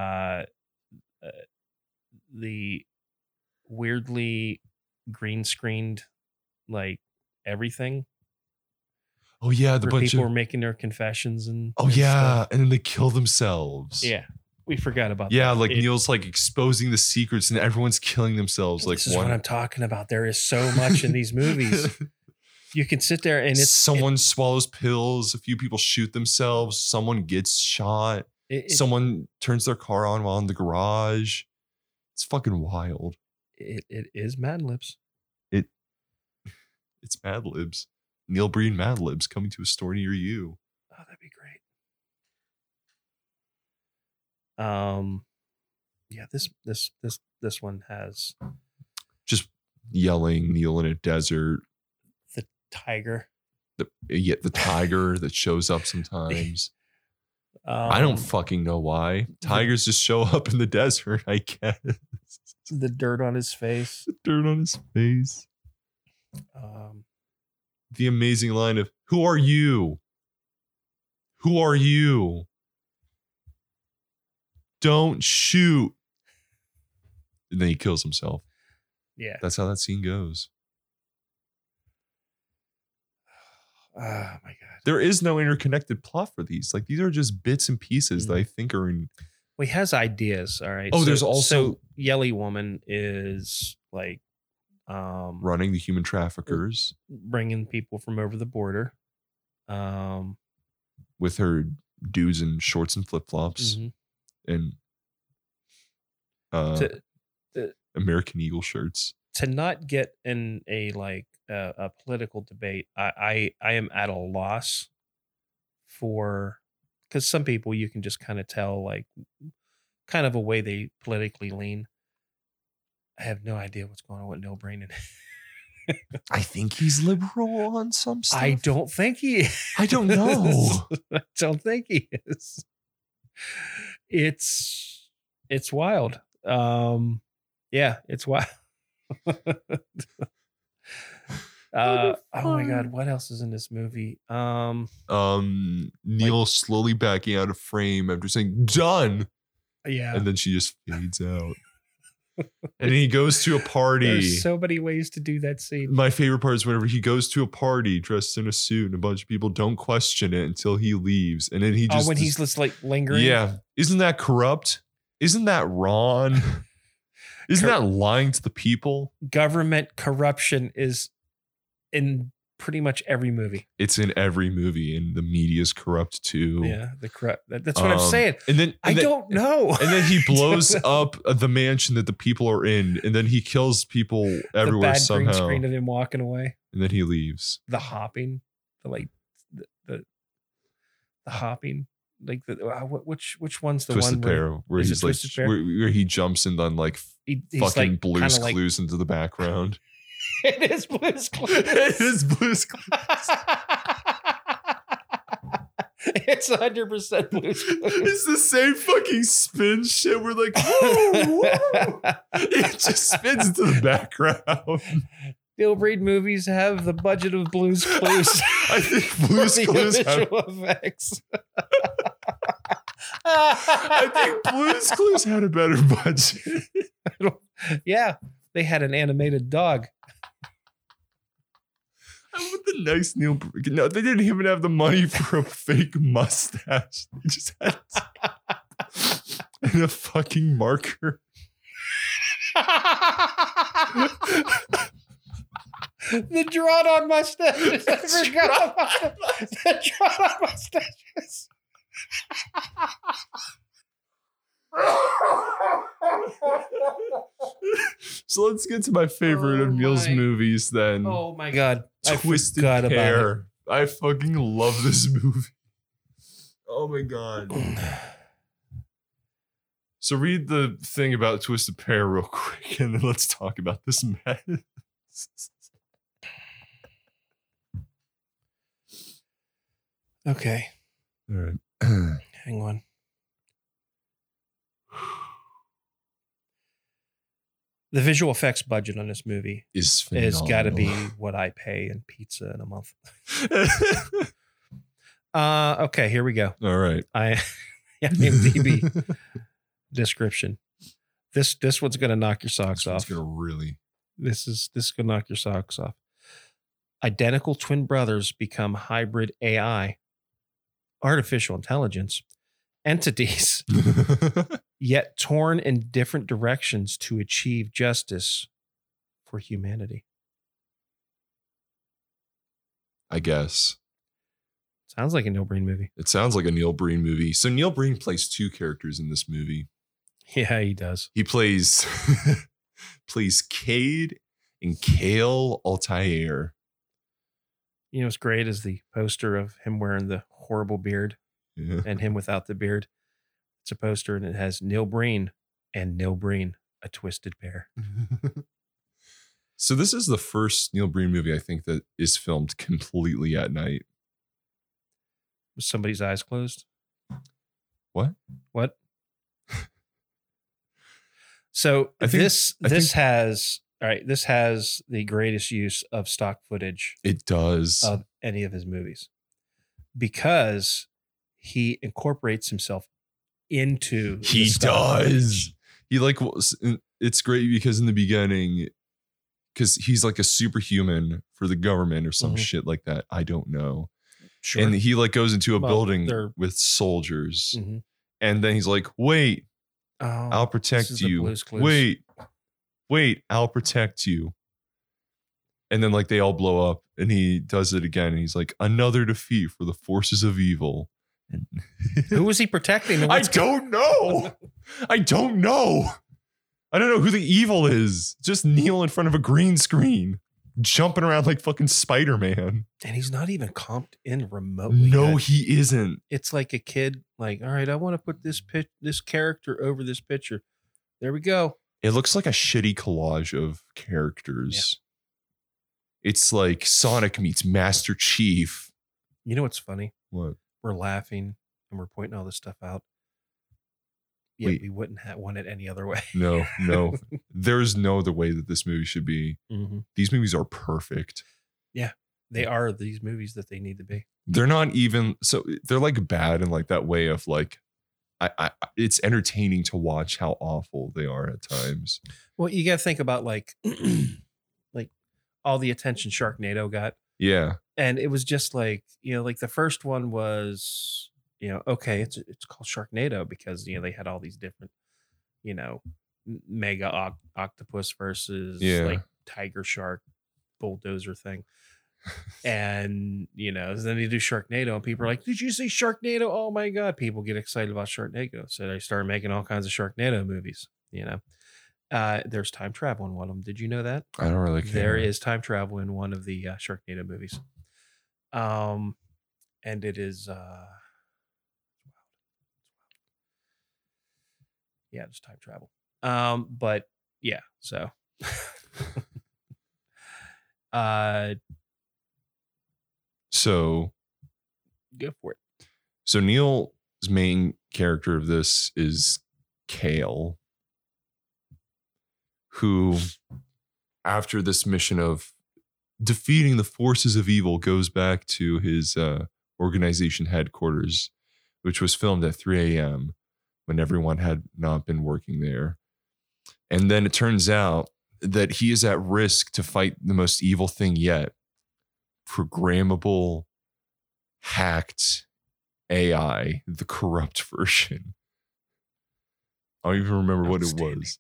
[SPEAKER 2] uh the weirdly green screened like everything
[SPEAKER 3] Oh yeah, the
[SPEAKER 2] where
[SPEAKER 3] bunch
[SPEAKER 2] people
[SPEAKER 3] of.
[SPEAKER 2] were making their confessions and
[SPEAKER 3] oh
[SPEAKER 2] and
[SPEAKER 3] yeah,
[SPEAKER 2] stuff.
[SPEAKER 3] and then they kill themselves.
[SPEAKER 2] yeah we forgot about
[SPEAKER 3] Yeah,
[SPEAKER 2] that.
[SPEAKER 3] like
[SPEAKER 2] It-
[SPEAKER 3] Neil's like exposing the secrets, and everyone's killing themselves. Like
[SPEAKER 2] this is what i'm talking about there is so much in these movies you can sit there and it's
[SPEAKER 3] someone swallows pills. A few people shoot themselves. Someone gets shot.
[SPEAKER 2] it, it,
[SPEAKER 3] someone turns their car on while in the garage. It's fucking wild.
[SPEAKER 2] it, it is mad lips
[SPEAKER 3] It's Mad Libs. Neil Breen Mad Libs coming to a store near you.
[SPEAKER 2] Oh, that'd be great. Um, yeah this this this this one has
[SPEAKER 3] Just yelling Neil in a desert.
[SPEAKER 2] tiger.
[SPEAKER 3] The, yet the tiger that shows up sometimes.
[SPEAKER 2] Um,
[SPEAKER 3] I don't fucking know why. Tigers just show up in the desert, I guess.
[SPEAKER 2] the dirt on his face.
[SPEAKER 3] The dirt on his face.
[SPEAKER 2] Um,
[SPEAKER 3] the amazing line of who are you who are you don't shoot and then he kills himself
[SPEAKER 2] yeah.
[SPEAKER 3] that's how that scene goes
[SPEAKER 2] Oh my god.
[SPEAKER 3] there is no interconnected plot for these like these are just bits and pieces that i think are in
[SPEAKER 2] Well, he has ideas. All right.
[SPEAKER 3] Oh, there's
[SPEAKER 2] so-
[SPEAKER 3] also-
[SPEAKER 2] so Yelly Woman is like um
[SPEAKER 3] running the human traffickers
[SPEAKER 2] bringing people from over the border. Um,
[SPEAKER 3] with her dudes in shorts and flip-flops
[SPEAKER 2] mhm.
[SPEAKER 3] and uh,
[SPEAKER 2] to,
[SPEAKER 3] american eagle shirts
[SPEAKER 2] to not get in a like a, a political debate I, I i am at a loss for because some people you can just kind of tell like kind of a way they politically lean i have no idea what's going on with no brain and
[SPEAKER 3] i think he's liberal on some stuff
[SPEAKER 2] i don't think he is
[SPEAKER 3] i don't know
[SPEAKER 2] i don't think he is it's it's wild um yeah it's wild Uh, oh my god, what else is in this movie? Um,
[SPEAKER 3] um Neil slowly backing out of frame after saying done
[SPEAKER 2] yeah,
[SPEAKER 3] and then she just fades out and he goes to a party
[SPEAKER 2] there's so many ways to do that scene.
[SPEAKER 3] my favorite part is whenever he goes to a party dressed in a suit and a bunch of people don't question it until he leaves and then he
[SPEAKER 2] oh,
[SPEAKER 3] just
[SPEAKER 2] when he's just like lingering,
[SPEAKER 3] yeah isn't that corrupt isn't that wrong isn't
[SPEAKER 2] Cor-
[SPEAKER 3] that lying to the people
[SPEAKER 2] government corruption is in pretty much every movie.
[SPEAKER 3] it's in every movie and the media's corrupt too
[SPEAKER 2] Yeah, the corrupt. that- that's what I'm
[SPEAKER 3] Um,
[SPEAKER 2] saying.
[SPEAKER 3] and then
[SPEAKER 2] I
[SPEAKER 3] and then-
[SPEAKER 2] don't know.
[SPEAKER 3] And then he
[SPEAKER 2] don't
[SPEAKER 3] blows
[SPEAKER 2] know.
[SPEAKER 3] up the mansion that the people are in, and then he kills people
[SPEAKER 2] the
[SPEAKER 3] everywhere
[SPEAKER 2] bad green
[SPEAKER 3] somehow.
[SPEAKER 2] screen
[SPEAKER 3] And
[SPEAKER 2] of him walking away,
[SPEAKER 3] then he leaves.
[SPEAKER 2] the hopping, the like, the the, the hopping, like the uh, wh- which which one's the
[SPEAKER 3] Twisted
[SPEAKER 2] one where
[SPEAKER 3] Pair, where
[SPEAKER 2] is it
[SPEAKER 3] he's like,
[SPEAKER 2] Twisted Pair?
[SPEAKER 3] where, where he jumps and then like
[SPEAKER 2] he, he's
[SPEAKER 3] fucking
[SPEAKER 2] like,
[SPEAKER 3] Blue's
[SPEAKER 2] kinda like-
[SPEAKER 3] Clues into the background.
[SPEAKER 2] it is Blue's Clues.
[SPEAKER 3] it is Blue's Clues.
[SPEAKER 2] it's 100% Blue's Clues.
[SPEAKER 3] It's the same fucking spin shit. We're like, whoa, whoa. it just spins into the background.
[SPEAKER 2] Bill Breed movies have the budget of Blue's Clues.
[SPEAKER 3] I think Blue's
[SPEAKER 2] for the
[SPEAKER 3] Clues. Have,
[SPEAKER 2] visual effects.
[SPEAKER 3] I think Blue's Clues had a better budget.
[SPEAKER 2] yeah, they had an animated dog.
[SPEAKER 3] I want the nice Neil. Br- No, they didn't even have the money for a fake mustache. They just had and a fucking marker.
[SPEAKER 2] oh the drawn on mustaches. I forgot about the, the drawn on mustaches.
[SPEAKER 3] so let's get to my favorite
[SPEAKER 2] Oh
[SPEAKER 3] of Neil's
[SPEAKER 2] my-
[SPEAKER 3] movies then.
[SPEAKER 2] Oh my god.
[SPEAKER 3] Twisted
[SPEAKER 2] I forgot
[SPEAKER 3] Hair. I fucking love this movie. Oh my god.
[SPEAKER 2] about it.
[SPEAKER 3] So read the thing about Twisted Pair real quick, and then let's talk about this mess.
[SPEAKER 2] Okay.
[SPEAKER 3] All right.
[SPEAKER 2] Hang on. The visual effects budget on this movie
[SPEAKER 3] Is
[SPEAKER 2] has
[SPEAKER 3] phenomenal.
[SPEAKER 2] got to be what I pay in pizza in a month. Uh, okay, here we go.
[SPEAKER 3] All right.
[SPEAKER 2] I IMDb description. This this one's gonna knock your socks
[SPEAKER 3] This one's
[SPEAKER 2] off.
[SPEAKER 3] gonna really.
[SPEAKER 2] This is this is gonna knock your socks off. Identical twin brothers become hybrid AI, artificial intelligence, entities, yet torn in different directions to achieve justice for humanity.
[SPEAKER 3] I guess
[SPEAKER 2] Sounds like a no brain movie.
[SPEAKER 3] it sounds like a Neil Breen movie. So Neil Breen plays two characters in this movie.
[SPEAKER 2] Yeah, he does.
[SPEAKER 3] He plays plays Cade and Kale Altair.
[SPEAKER 2] You know what's great is the poster of him wearing the horrible beard.
[SPEAKER 3] Yeah.
[SPEAKER 2] and him without the beard. It's a poster and it has Neil Breen and Neil Breen, a twisted pair.
[SPEAKER 3] so this is the first Neil Breen movie I think that is filmed completely at night.
[SPEAKER 2] With somebody's eyes closed.
[SPEAKER 3] What?
[SPEAKER 2] What? so
[SPEAKER 3] I think-
[SPEAKER 2] this
[SPEAKER 3] I
[SPEAKER 2] this has all right, this has the greatest use of stock footage
[SPEAKER 3] It does.
[SPEAKER 2] of any of his movies. Because he incorporates himself into the
[SPEAKER 3] He
[SPEAKER 2] stock footage.
[SPEAKER 3] does. He like was- it's great because in the beginning, because he's like a superhuman for the government or some
[SPEAKER 2] Mhm.
[SPEAKER 3] shit like that. I don't know.
[SPEAKER 2] Sure.
[SPEAKER 3] And he like goes into a
[SPEAKER 2] Well, they're-
[SPEAKER 3] building with soldiers,
[SPEAKER 2] Mhm.
[SPEAKER 3] and then he's like, "Wait,
[SPEAKER 2] Oh,
[SPEAKER 3] I'll protect
[SPEAKER 2] is the
[SPEAKER 3] you.
[SPEAKER 2] Blue's Clues.
[SPEAKER 3] Wait, wait, I'll protect you." And then like they all blow up, and he does it again, and he's like, "Another defeat for the forces of evil." And
[SPEAKER 2] who was he protecting? and
[SPEAKER 3] I
[SPEAKER 2] what's
[SPEAKER 3] don't know. I don't know. I don't know who the evil is. Just kneel in front of a green screen, jumping around like fucking Spider Man.
[SPEAKER 2] and he's not even comped in remotely.
[SPEAKER 3] No,
[SPEAKER 2] yet.
[SPEAKER 3] he isn't.
[SPEAKER 2] it's like a kid. Like, all right, I want to put this pic- this character over this picture. There we go.
[SPEAKER 3] It looks like a shitty collage of characters. It's like Sonic meets Master Chief.
[SPEAKER 2] You know what's funny?
[SPEAKER 3] What?
[SPEAKER 2] We're laughing and we're pointing all this stuff out. Yeah,
[SPEAKER 3] Wait.
[SPEAKER 2] we wouldn't have won it any other way.
[SPEAKER 3] No, no. There's no other way that this movie should be.
[SPEAKER 2] Mhm.
[SPEAKER 3] These movies are perfect.
[SPEAKER 2] They are these movies that they need to be.
[SPEAKER 3] they're not even so they're like bad in like that way of like I, I I- it's entertaining to watch how awful they are at times.
[SPEAKER 2] Well, you got to think about like, like all the attention Sharknado got.
[SPEAKER 3] Yeah.
[SPEAKER 2] and it was just like you know like the first one was you know okay it's it's called sharknado because you know they had all these different you know m- mega oc- octopus versus
[SPEAKER 3] Yeah.
[SPEAKER 2] like tiger shark bulldozer thing and you know then they do sharknado and people are like did you see sharknado oh my god people get excited about sharknado so they start making all kinds of sharknado movies you know uh there's time travel in one of them did you know that
[SPEAKER 3] I don't really care.
[SPEAKER 2] there is time travel in one of the uh, Sharknado movies. Um, and it is uh, yeah, just time travel. Um, but yeah, so uh,
[SPEAKER 3] So
[SPEAKER 2] go for it.
[SPEAKER 3] so Neil's main character of this is Kale, who after this mission of defeating the forces of evil goes back to his uh, organization headquarters, which was filmed at 3 a.m. when everyone had not been working there. And then it turns out that he is at risk to fight the most evil thing yet programmable, hacked AI, the corrupt version. I don't even remember what it
[SPEAKER 2] Outstanding.
[SPEAKER 3] was.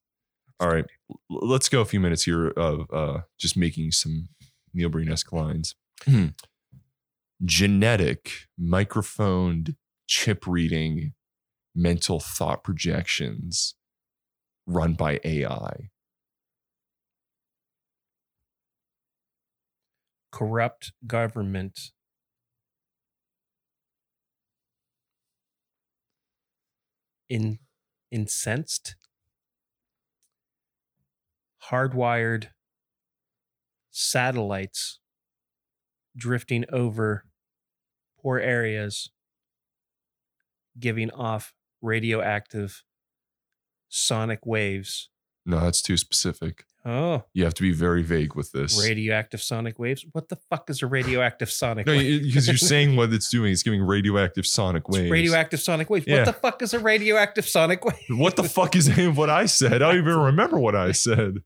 [SPEAKER 3] All right, l- let's go a few minutes here of uh, just making some Neil Breen-esque lines. Genetic, microphoned, chip reading, mental thought projections run by AI.
[SPEAKER 2] Corrupt government. In incensed. Hardwired satellites drifting over poor areas, giving off radioactive sonic waves.
[SPEAKER 3] No, that's too specific.
[SPEAKER 2] Oh,
[SPEAKER 3] You have to be very vague with this.
[SPEAKER 2] radioactive sonic waves. What the fuck is a radioactive sonic
[SPEAKER 3] No,
[SPEAKER 2] wave?
[SPEAKER 3] because you're saying what it's doing. It's giving radioactive sonic
[SPEAKER 2] It's
[SPEAKER 3] waves.
[SPEAKER 2] radioactive sonic waves.
[SPEAKER 3] Yeah.
[SPEAKER 2] What the fuck is a radioactive sonic wave?
[SPEAKER 3] What the fuck is what I said? I don't even remember what I said.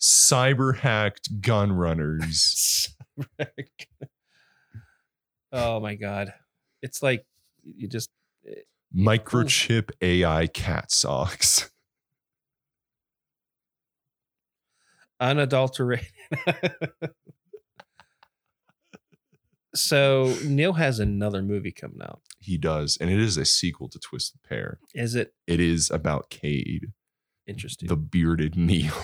[SPEAKER 3] Cyber hacked gun runners.
[SPEAKER 2] oh my god. It's like you just
[SPEAKER 3] Microchip AI cat socks.
[SPEAKER 2] unadulterated. so Neil has another movie coming out.
[SPEAKER 3] He does. And it is a sequel to Twisted Pair.
[SPEAKER 2] Is it
[SPEAKER 3] It is about Cade,
[SPEAKER 2] interesting?
[SPEAKER 3] the bearded Neil.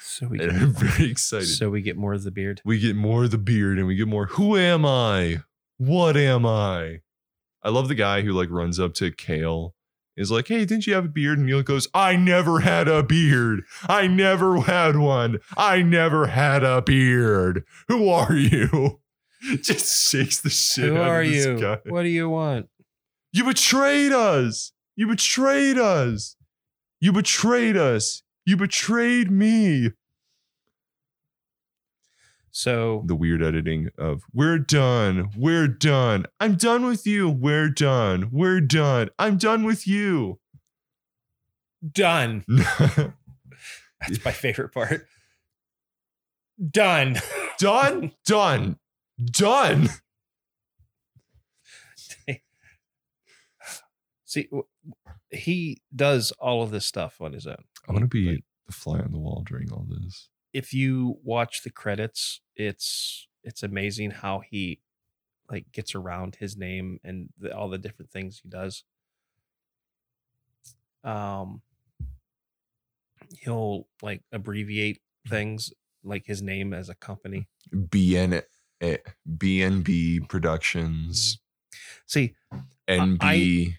[SPEAKER 2] so we
[SPEAKER 3] And
[SPEAKER 2] get,
[SPEAKER 3] I'm very excited.
[SPEAKER 2] so we get more of the beard.
[SPEAKER 3] we get more of the beard and we get more who am i what am i i love the guy who like runs up to kale is like hey didn't you have a beard and neil goes i never had a beard i never had one i never had a beard who are you just shakes the shit
[SPEAKER 2] Who
[SPEAKER 3] out
[SPEAKER 2] are
[SPEAKER 3] of this
[SPEAKER 2] you?
[SPEAKER 3] guy
[SPEAKER 2] What do you want?
[SPEAKER 3] you betrayed us you betrayed us you betrayed us you betrayed me
[SPEAKER 2] So
[SPEAKER 3] the weird editing of we're done we're done i'm done with you we're done we're done i'm done with you
[SPEAKER 2] done. That's my favorite part. Done.
[SPEAKER 3] done done done
[SPEAKER 2] See, w- he does all of this stuff on his own.
[SPEAKER 3] i want to be the fly on the wall during all this
[SPEAKER 2] If you watch the credits, it's it's amazing how he like gets around his name and the, all the different things he does. Um, he'll like abbreviate things like his name as a company.
[SPEAKER 3] bn eh, bnb productions
[SPEAKER 2] See,
[SPEAKER 3] nb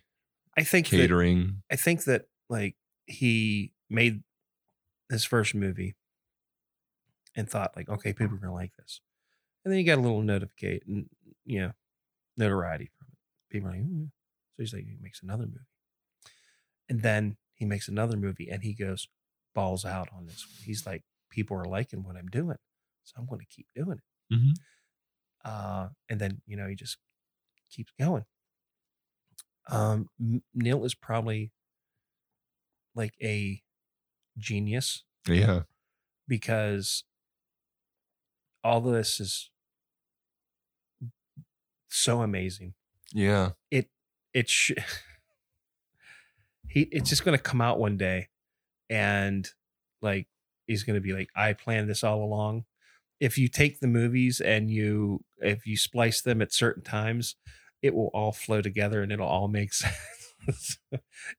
[SPEAKER 2] I think that
[SPEAKER 3] catering
[SPEAKER 2] I think that like he made his first movie and thought like, okay, people are gonna like this, and then he got a little notificate and you know notoriety from it. People are like, "Ooh." so he's like, he makes another movie, and then he makes another movie, and he goes balls out on this. one. He's like, people are liking what I'm doing, so I'm gonna keep doing it.
[SPEAKER 3] Mhm.
[SPEAKER 2] Uh, and then you know he just keeps going. Um, M- Neil is probably like a genius
[SPEAKER 3] yeah
[SPEAKER 2] because all of this is so amazing.
[SPEAKER 3] yeah
[SPEAKER 2] It sh- he it's just going to come out one day, and like he's going to be like, I planned this all along. If you take the movies and you if you splice them at certain times, it will all flow together and it'll all make sense.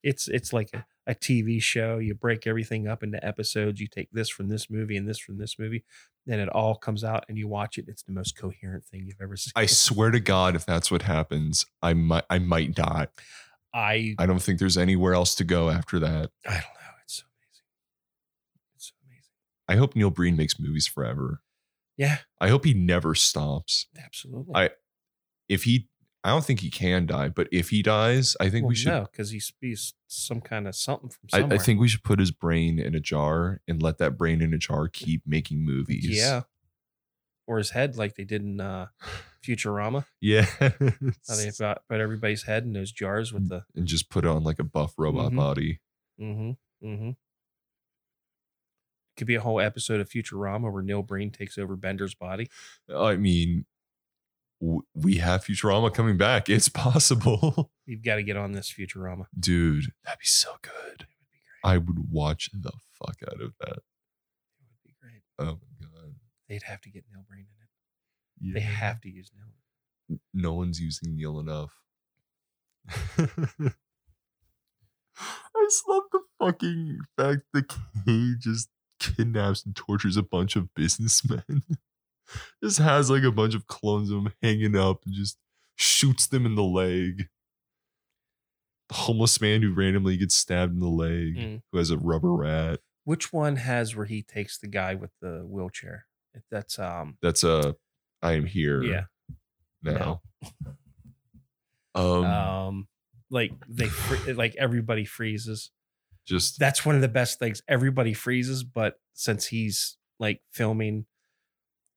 [SPEAKER 2] it's it's like a, a TV show. You break everything up into episodes. You take this from this movie and this from this movie, and it all comes out and you watch it. It's the most coherent thing you've ever seen.
[SPEAKER 3] i swear to god if that's what happens i might i might die
[SPEAKER 2] I
[SPEAKER 3] i don't think there's anywhere else to go after that
[SPEAKER 2] I don't know. It's so amazing. It's so amazing.
[SPEAKER 3] I hope Neil Breen makes movies forever.
[SPEAKER 2] Yeah,
[SPEAKER 3] I hope he never stops.
[SPEAKER 2] absolutely.
[SPEAKER 3] I If he, I don't think he can die, but if he dies, I think we should.
[SPEAKER 2] because he's, he's some kind of something from
[SPEAKER 3] I,
[SPEAKER 2] somewhere.
[SPEAKER 3] I think we should put his brain in a jar and let that brain in a jar keep making movies.
[SPEAKER 2] yeah, or his head like they did in uh, Futurama.
[SPEAKER 3] yeah.
[SPEAKER 2] How they put, put everybody's head in those jars
[SPEAKER 3] Mm.
[SPEAKER 2] with the.
[SPEAKER 3] and just put on like a buff robot
[SPEAKER 2] Mhm.
[SPEAKER 3] body.
[SPEAKER 2] Mm-hmm. Mm-hmm. Could be a whole episode of Futurama where Neil Breen takes over Bender's body.
[SPEAKER 3] I mean, w- we have Futurama coming back. It's possible,
[SPEAKER 2] You've got to get on this Futurama.
[SPEAKER 3] dude. That'd be so good.
[SPEAKER 2] It would be great.
[SPEAKER 3] I would watch the fuck out of that.
[SPEAKER 2] It would be great.
[SPEAKER 3] Oh my god.
[SPEAKER 2] They'd have to get Neil Breen in it.
[SPEAKER 3] Yeah.
[SPEAKER 2] They have to use Neil.
[SPEAKER 3] no one's using Neil enough. I just love the fucking fact that he just kidnaps and tortures a bunch of businessmen. just has like a bunch of clones of him hanging up and just shoots them in the leg. The homeless man who randomly gets stabbed in the leg,
[SPEAKER 2] Mm.
[SPEAKER 3] who has a rubber rat.
[SPEAKER 2] Which one has where he takes the guy with the wheelchair? If That's um
[SPEAKER 3] That's a I am here
[SPEAKER 2] yeah.
[SPEAKER 3] now.
[SPEAKER 2] Um,
[SPEAKER 3] Um,
[SPEAKER 2] Oh. like they fr- like everybody freezes.
[SPEAKER 3] just
[SPEAKER 2] That's one of the best things. Everybody freezes, but since he's like filming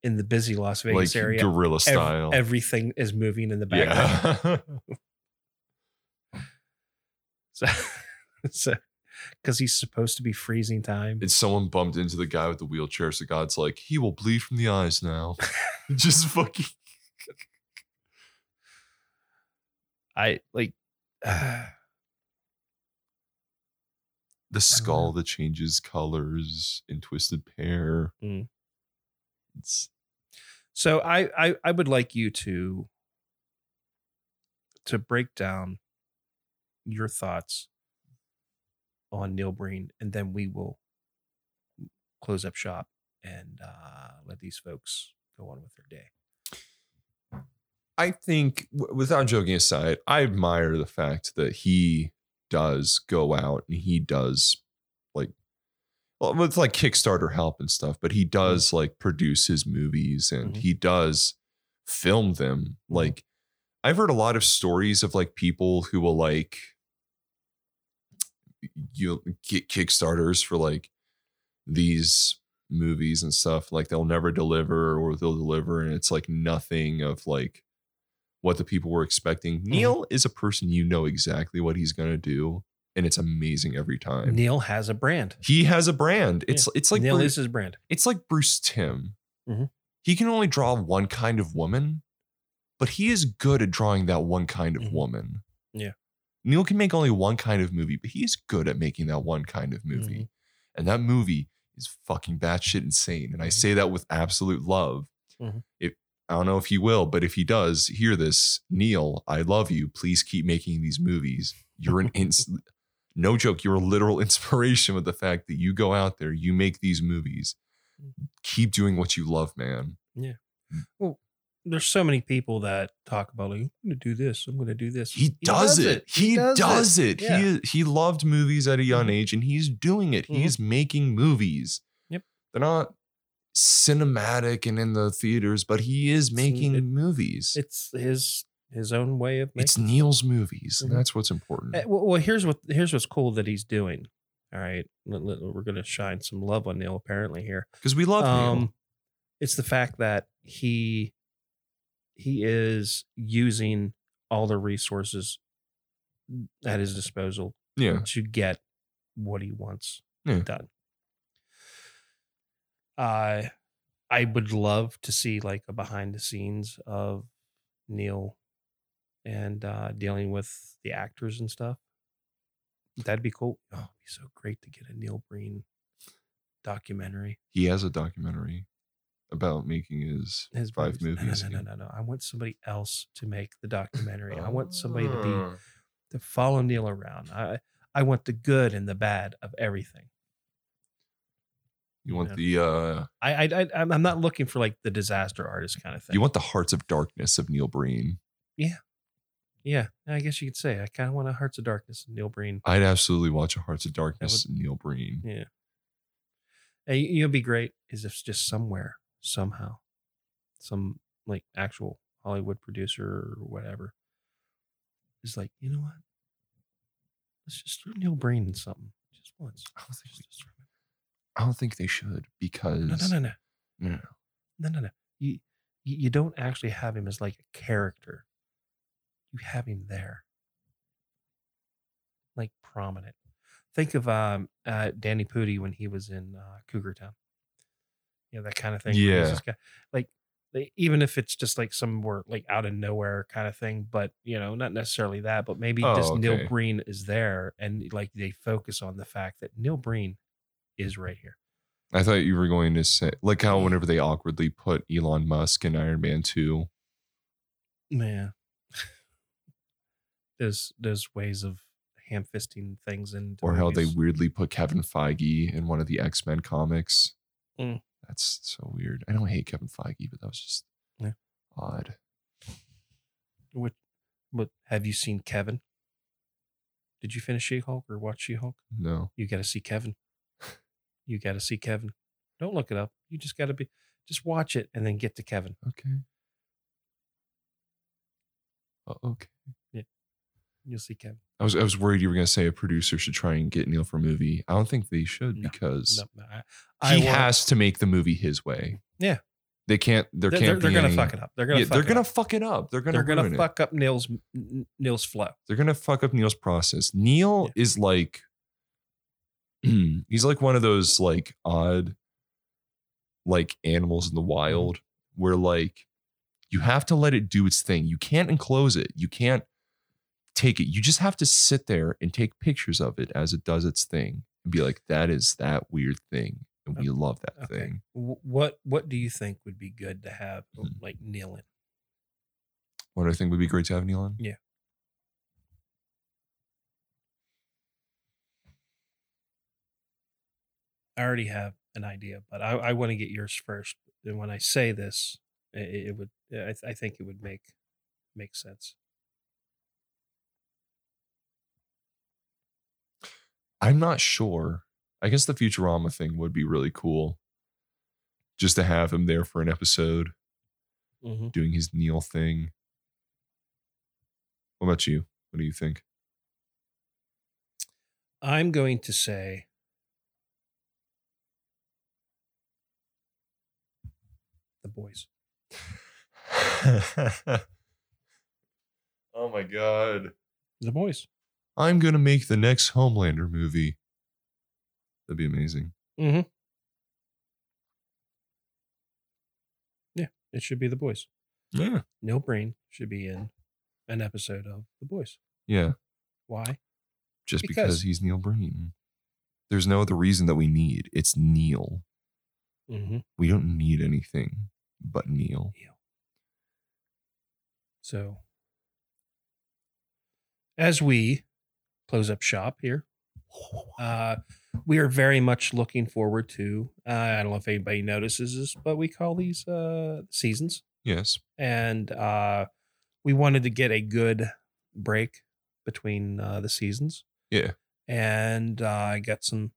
[SPEAKER 2] in the busy Las
[SPEAKER 3] like
[SPEAKER 2] Vegas area,
[SPEAKER 3] guerrilla
[SPEAKER 2] ev-
[SPEAKER 3] style.
[SPEAKER 2] everything is moving in the background.
[SPEAKER 3] yeah.
[SPEAKER 2] So, so because he's supposed to be freezing time.
[SPEAKER 3] and someone bumped into the guy with the wheelchair. So God's like, he will bleed from the eyes now. Just fucking.
[SPEAKER 2] I like. ah,
[SPEAKER 3] The
[SPEAKER 2] Uh.
[SPEAKER 3] skull that changes colors in Twisted Pair.
[SPEAKER 2] Mm.
[SPEAKER 3] It's
[SPEAKER 2] so I, I I would like you to to break down your thoughts on Neil Breen, and then we will close up shop and uh, let these folks go on with their day.
[SPEAKER 3] I think, w- without joking aside, I admire the fact that he does go out and he does like, well, with like Kickstarter help and stuff, but he does like produce his movies and
[SPEAKER 2] Mhm.
[SPEAKER 3] he does film them.
[SPEAKER 2] Mhm.
[SPEAKER 3] Like, I've heard a lot of stories of like people who will like, you get Kickstarters for like these movies and stuff like they'll never deliver or they'll deliver and it's like nothing of like what the people were expecting neil is a person you know exactly what he's going to do and it's amazing every time
[SPEAKER 2] Neil has a brand.
[SPEAKER 3] he has a brand it's it's like
[SPEAKER 2] Neil
[SPEAKER 3] Bruce,
[SPEAKER 2] is his brand.
[SPEAKER 3] it's like bruce tim
[SPEAKER 2] Mhm.
[SPEAKER 3] he can only draw one kind of woman but he is good at drawing that one kind of
[SPEAKER 2] Mhm.
[SPEAKER 3] woman
[SPEAKER 2] Yeah.
[SPEAKER 3] neil can make only one kind of movie but he is good at making that one kind of movie and that movie is fucking batshit insane. And I
[SPEAKER 2] Mhm.
[SPEAKER 3] say that with absolute love.
[SPEAKER 2] Mhm.
[SPEAKER 3] If I don't know if he will, but if he does hear this, Neil, I love you. Please keep making these movies. You're an ins- no joke. You're a literal inspiration with the fact that you go out there, you make these movies. Keep doing what you love, man.
[SPEAKER 2] there's so many people that talk about like I'm gonna do this, I'm gonna do this.
[SPEAKER 3] He, does, it. He, does, it.
[SPEAKER 2] Yeah.
[SPEAKER 3] He he loved movies at a young
[SPEAKER 2] Mhm.
[SPEAKER 3] age, and he's doing it. He's making movies.
[SPEAKER 2] Mm-hmm. Yep.
[SPEAKER 3] they're not cinematic and in the theaters, but he is making
[SPEAKER 2] it-
[SPEAKER 3] movies.
[SPEAKER 2] It's his his own way of
[SPEAKER 3] it's
[SPEAKER 2] making.
[SPEAKER 3] Neil's movies,
[SPEAKER 2] Mhm.
[SPEAKER 3] and that's what's important.
[SPEAKER 2] Eh, well, well, here's what here's what's cool that he's doing. All right, Let- let- we're gonna shine some love on Neil apparently here.
[SPEAKER 3] Because we love Neil.
[SPEAKER 2] Um, it's the fact that he he is using all the resources at his disposal
[SPEAKER 3] Yeah,
[SPEAKER 2] to get what he wants
[SPEAKER 3] Yeah.
[SPEAKER 2] done. I I would love to see like a behind the scenes of Neil and uh dealing with the actors and stuff. That'd be cool. Oh, it'd be so great to get a Neil Breen documentary.
[SPEAKER 3] he has a documentary about making his.
[SPEAKER 2] His
[SPEAKER 3] Five
[SPEAKER 2] movies. No,
[SPEAKER 3] movies,
[SPEAKER 2] No,
[SPEAKER 3] yeah.
[SPEAKER 2] no, no, no, no. I want somebody else to make the documentary. I want somebody to
[SPEAKER 3] Ah.
[SPEAKER 2] be to follow Neil around. I I want the good and the bad of everything.
[SPEAKER 3] You want the uh,
[SPEAKER 2] I I, I I'm I'm not looking for like the disaster artist kind of thing.
[SPEAKER 3] you want the hearts of darkness of Neil Breen.
[SPEAKER 2] yeah, I guess you could say I kind of want a Hearts of Darkness and Neil Breen.
[SPEAKER 3] I'd absolutely watch a Hearts of Darkness of Neil Breen.
[SPEAKER 2] Yeah, and you, you'll be great is if just somewhere somehow, some like actual Hollywood producer or whatever is like, you know what? Let's just throw Neil Breen in something just once.
[SPEAKER 3] I don't think
[SPEAKER 2] Just- just throw him
[SPEAKER 3] I don't think they should because
[SPEAKER 2] in. No, no, no, no.
[SPEAKER 3] no, no.
[SPEAKER 2] No, no, no. You you you don't actually have him as like a character. You have him there, like prominent. Think of um uh Danny Pudi when he was in uh, Cougar Town. You know that kind of thing. where he's
[SPEAKER 3] Yeah.
[SPEAKER 2] just got- like like, even if it's just like some more like out of nowhere kind of thing, but you know, not necessarily that, but maybe
[SPEAKER 3] Oh,
[SPEAKER 2] just Neil
[SPEAKER 3] okay.
[SPEAKER 2] Breen is there and like they focus on the fact that Neil Breen is right here.
[SPEAKER 3] I thought you were going to say like how whenever they awkwardly put Elon Musk in Iron Man 2.
[SPEAKER 2] Yeah. those those ways of ham fisting things and
[SPEAKER 3] or how they weirdly put Kevin Feige in one of the X Men comics.
[SPEAKER 2] Mm.
[SPEAKER 3] That's so weird. I don't hate Kevin Feige, but that was just
[SPEAKER 2] Yeah.
[SPEAKER 3] odd.
[SPEAKER 2] What, what have you seen Kevin? Did you finish She Hulk or watch She Hulk?
[SPEAKER 3] No,
[SPEAKER 2] You got to see Kevin. You got to see Kevin. Don't look it up. You just got to be, just watch it and then get to Kevin.
[SPEAKER 3] okay, Uh, okay.
[SPEAKER 2] You'll see Kevin.
[SPEAKER 3] I was I was worried you were gonna say a producer should try and get Neil for a movie. I don't think they should
[SPEAKER 2] No,
[SPEAKER 3] because
[SPEAKER 2] No, no, I, I
[SPEAKER 3] he
[SPEAKER 2] want-
[SPEAKER 3] has to make the movie his way.
[SPEAKER 2] Yeah.
[SPEAKER 3] they can't. There
[SPEAKER 2] They're, they're,
[SPEAKER 3] can't.
[SPEAKER 2] they're
[SPEAKER 3] be
[SPEAKER 2] gonna
[SPEAKER 3] any-
[SPEAKER 2] fuck it up. They're
[SPEAKER 3] Yeah,
[SPEAKER 2] gonna. fuck
[SPEAKER 3] they're
[SPEAKER 2] it
[SPEAKER 3] gonna
[SPEAKER 2] up.
[SPEAKER 3] fuck it up. They're gonna.
[SPEAKER 2] They're gonna
[SPEAKER 3] ruin it.
[SPEAKER 2] fuck up Neil's N- Neil's flow.
[SPEAKER 3] they're gonna fuck up Neil's process. Neil is like he's like one of those like odd like animals
[SPEAKER 2] Mm-hmm.
[SPEAKER 3] in the wild where like you have to let it do its thing. You can't enclose it. You can't take it. You just have to sit there and take pictures of it as it does its thing and be like, that is that weird thing. And we love that
[SPEAKER 2] Okay.
[SPEAKER 3] thing.
[SPEAKER 2] Wh- What What do you think would be good to have
[SPEAKER 3] Mhm.
[SPEAKER 2] like Neil in?
[SPEAKER 3] What do I think would be great to have Neil on?
[SPEAKER 2] Yeah. I already have an idea, but I, I want to get yours first. And when I say this, i- i- it, it would I, th- I think it would make make sense.
[SPEAKER 3] I'm not sure. I guess the Futurama thing would be really cool. Just to have him there for an episode
[SPEAKER 2] Mm-hmm.
[SPEAKER 3] doing his Neil thing. What about you? What do you think?
[SPEAKER 2] I'm going to say the boys.
[SPEAKER 3] oh my god.
[SPEAKER 2] The boys.
[SPEAKER 3] I'm gonna make the next Homelander movie. That'd be amazing.
[SPEAKER 2] Mm-hmm. Yeah, it should be the boys.
[SPEAKER 3] Yeah.
[SPEAKER 2] Neil Breen should be in an episode of The Boys.
[SPEAKER 3] Yeah.
[SPEAKER 2] Why?
[SPEAKER 3] Just because,
[SPEAKER 2] Because-
[SPEAKER 3] he's Neil Breen. There's no other reason that we need. It's Neil.
[SPEAKER 2] Mm-hmm.
[SPEAKER 3] We don't need anything but Neil.
[SPEAKER 2] So, as we close up shop here, uh, we are very much looking forward to. Uh, I don't know if anybody notices this, but we call these uh, seasons,
[SPEAKER 3] Yes.
[SPEAKER 2] and uh, we wanted to get a good break between uh, the seasons.
[SPEAKER 3] Yeah.
[SPEAKER 2] and uh, I got some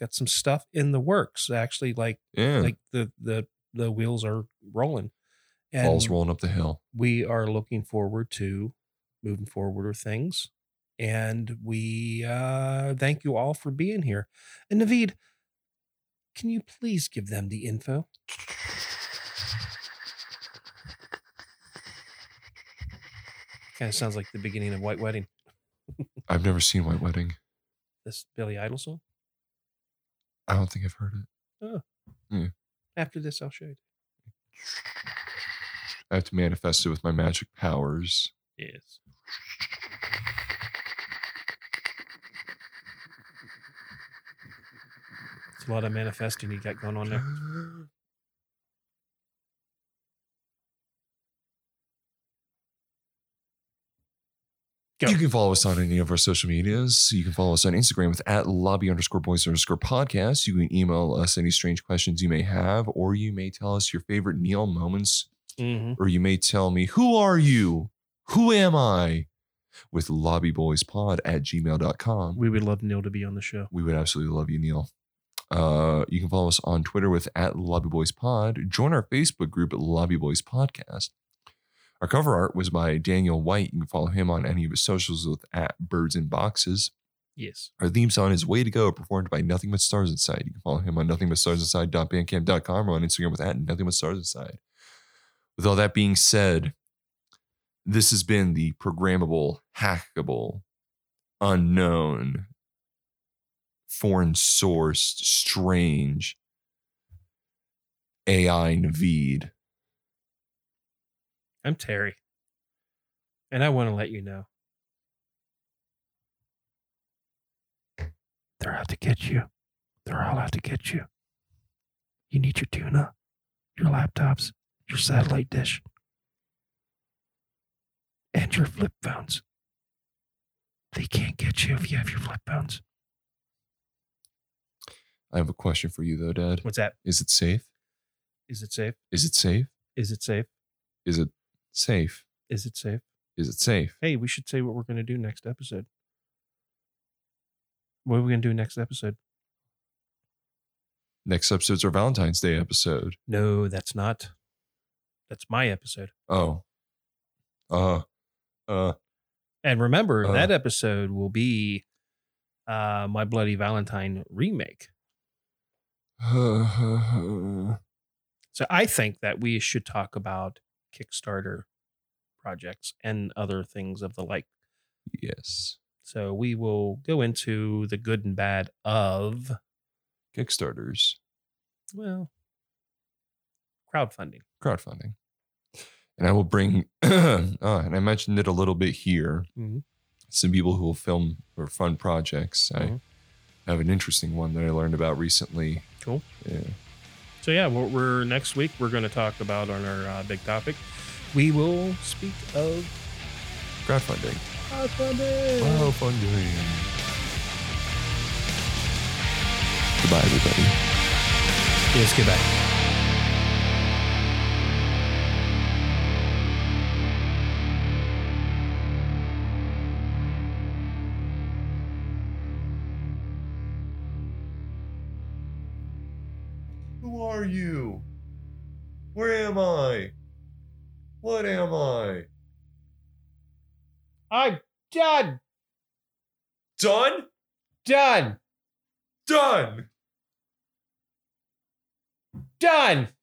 [SPEAKER 2] got some stuff in the works. Actually, like
[SPEAKER 3] Yeah.
[SPEAKER 2] like the the the wheels are rolling. And
[SPEAKER 3] Ball's rolling up the hill.
[SPEAKER 2] we are looking forward to moving forward with things. And we uh, thank you all for being here. And Naveed, can you please give them the info? Kind of sounds like the beginning of White Wedding.
[SPEAKER 3] I've never seen White Wedding.
[SPEAKER 2] This Billy Idol song.
[SPEAKER 3] I don't think I've heard it.
[SPEAKER 2] After this, I'll show you.
[SPEAKER 3] I have to manifest it with my magic powers.
[SPEAKER 2] Yes. It's a lot of manifesting you got going on there. Go.
[SPEAKER 3] You can follow us on any of our social medias. You can follow us on Instagram with at lobby underscore boys underscore podcast. You can email us any strange questions you may have, or you may tell us your favorite Neil moments,
[SPEAKER 2] Mm-hmm.
[SPEAKER 3] or you may tell me, Who are you? Who am I? with lobbyboyspod at gmail.com.
[SPEAKER 2] We would love Neil to be on the show.
[SPEAKER 3] We would absolutely love you, Neil. Uh, you can follow us on Twitter with at Lobby Boys Pod. Join our Facebook group at Lobby Boys Podcast. Our cover art was by Daniel White. You can follow him on any of his socials with at Birds in Boxes.
[SPEAKER 2] Yes.
[SPEAKER 3] Our theme song is Way to Go, performed by Nothing But Stars Inside. You can follow him on nothingbutstarsinside.bandcamp.com or on Instagram with at Nothing But Stars Inside. With all that being said, this has been the programmable, hackable, unknown, foreign sourced, E strange AI Navid
[SPEAKER 2] I'm Terry. And I want to let you know. They're out to get you. They're all out to get you. You need your tuna, your laptops, your satellite dish, and your flip phones. They can't get you if you have your flip phones.
[SPEAKER 3] I have a question for you though, Dad.
[SPEAKER 2] What's that?
[SPEAKER 3] Is it safe?
[SPEAKER 2] Is it safe?
[SPEAKER 3] Is it safe?
[SPEAKER 2] Is it safe?
[SPEAKER 3] Is it safe?
[SPEAKER 2] Is it safe?
[SPEAKER 3] Is it safe?
[SPEAKER 2] Hey, we should say what we're going to do next episode. What are we going to do next episode?
[SPEAKER 3] Next episode's our Valentine's Day episode.
[SPEAKER 2] No, that's not. That's my episode.
[SPEAKER 3] Oh. Uh uh
[SPEAKER 2] And remember,
[SPEAKER 3] Uh.
[SPEAKER 2] that episode will be uh, my Bloody Valentine remake. So I think that we should talk about Kickstarter projects and other things of the like.
[SPEAKER 3] Yes.
[SPEAKER 2] So we will go into the good and bad of,
[SPEAKER 3] Kickstarters.
[SPEAKER 2] well, crowdfunding.
[SPEAKER 3] crowdfunding. And I will bring, uh, and I mentioned it a little bit here.
[SPEAKER 2] Mhm.
[SPEAKER 3] Some people who will film or fund projects.
[SPEAKER 2] Mhm.
[SPEAKER 3] I have an interesting one that I learned about recently.
[SPEAKER 2] Cool.
[SPEAKER 3] Yeah.
[SPEAKER 2] So yeah, we're, we're next week. We're going to talk about on our uh, big topic. We will speak of
[SPEAKER 3] Crowdfunding.
[SPEAKER 2] crowdfunding.
[SPEAKER 3] Crowdfunding. Goodbye, everybody.
[SPEAKER 2] Yes, goodbye.
[SPEAKER 3] Who are you? Where am I? What am I?
[SPEAKER 2] I'm done.
[SPEAKER 3] Done?
[SPEAKER 2] Done.
[SPEAKER 3] Done!
[SPEAKER 2] Done.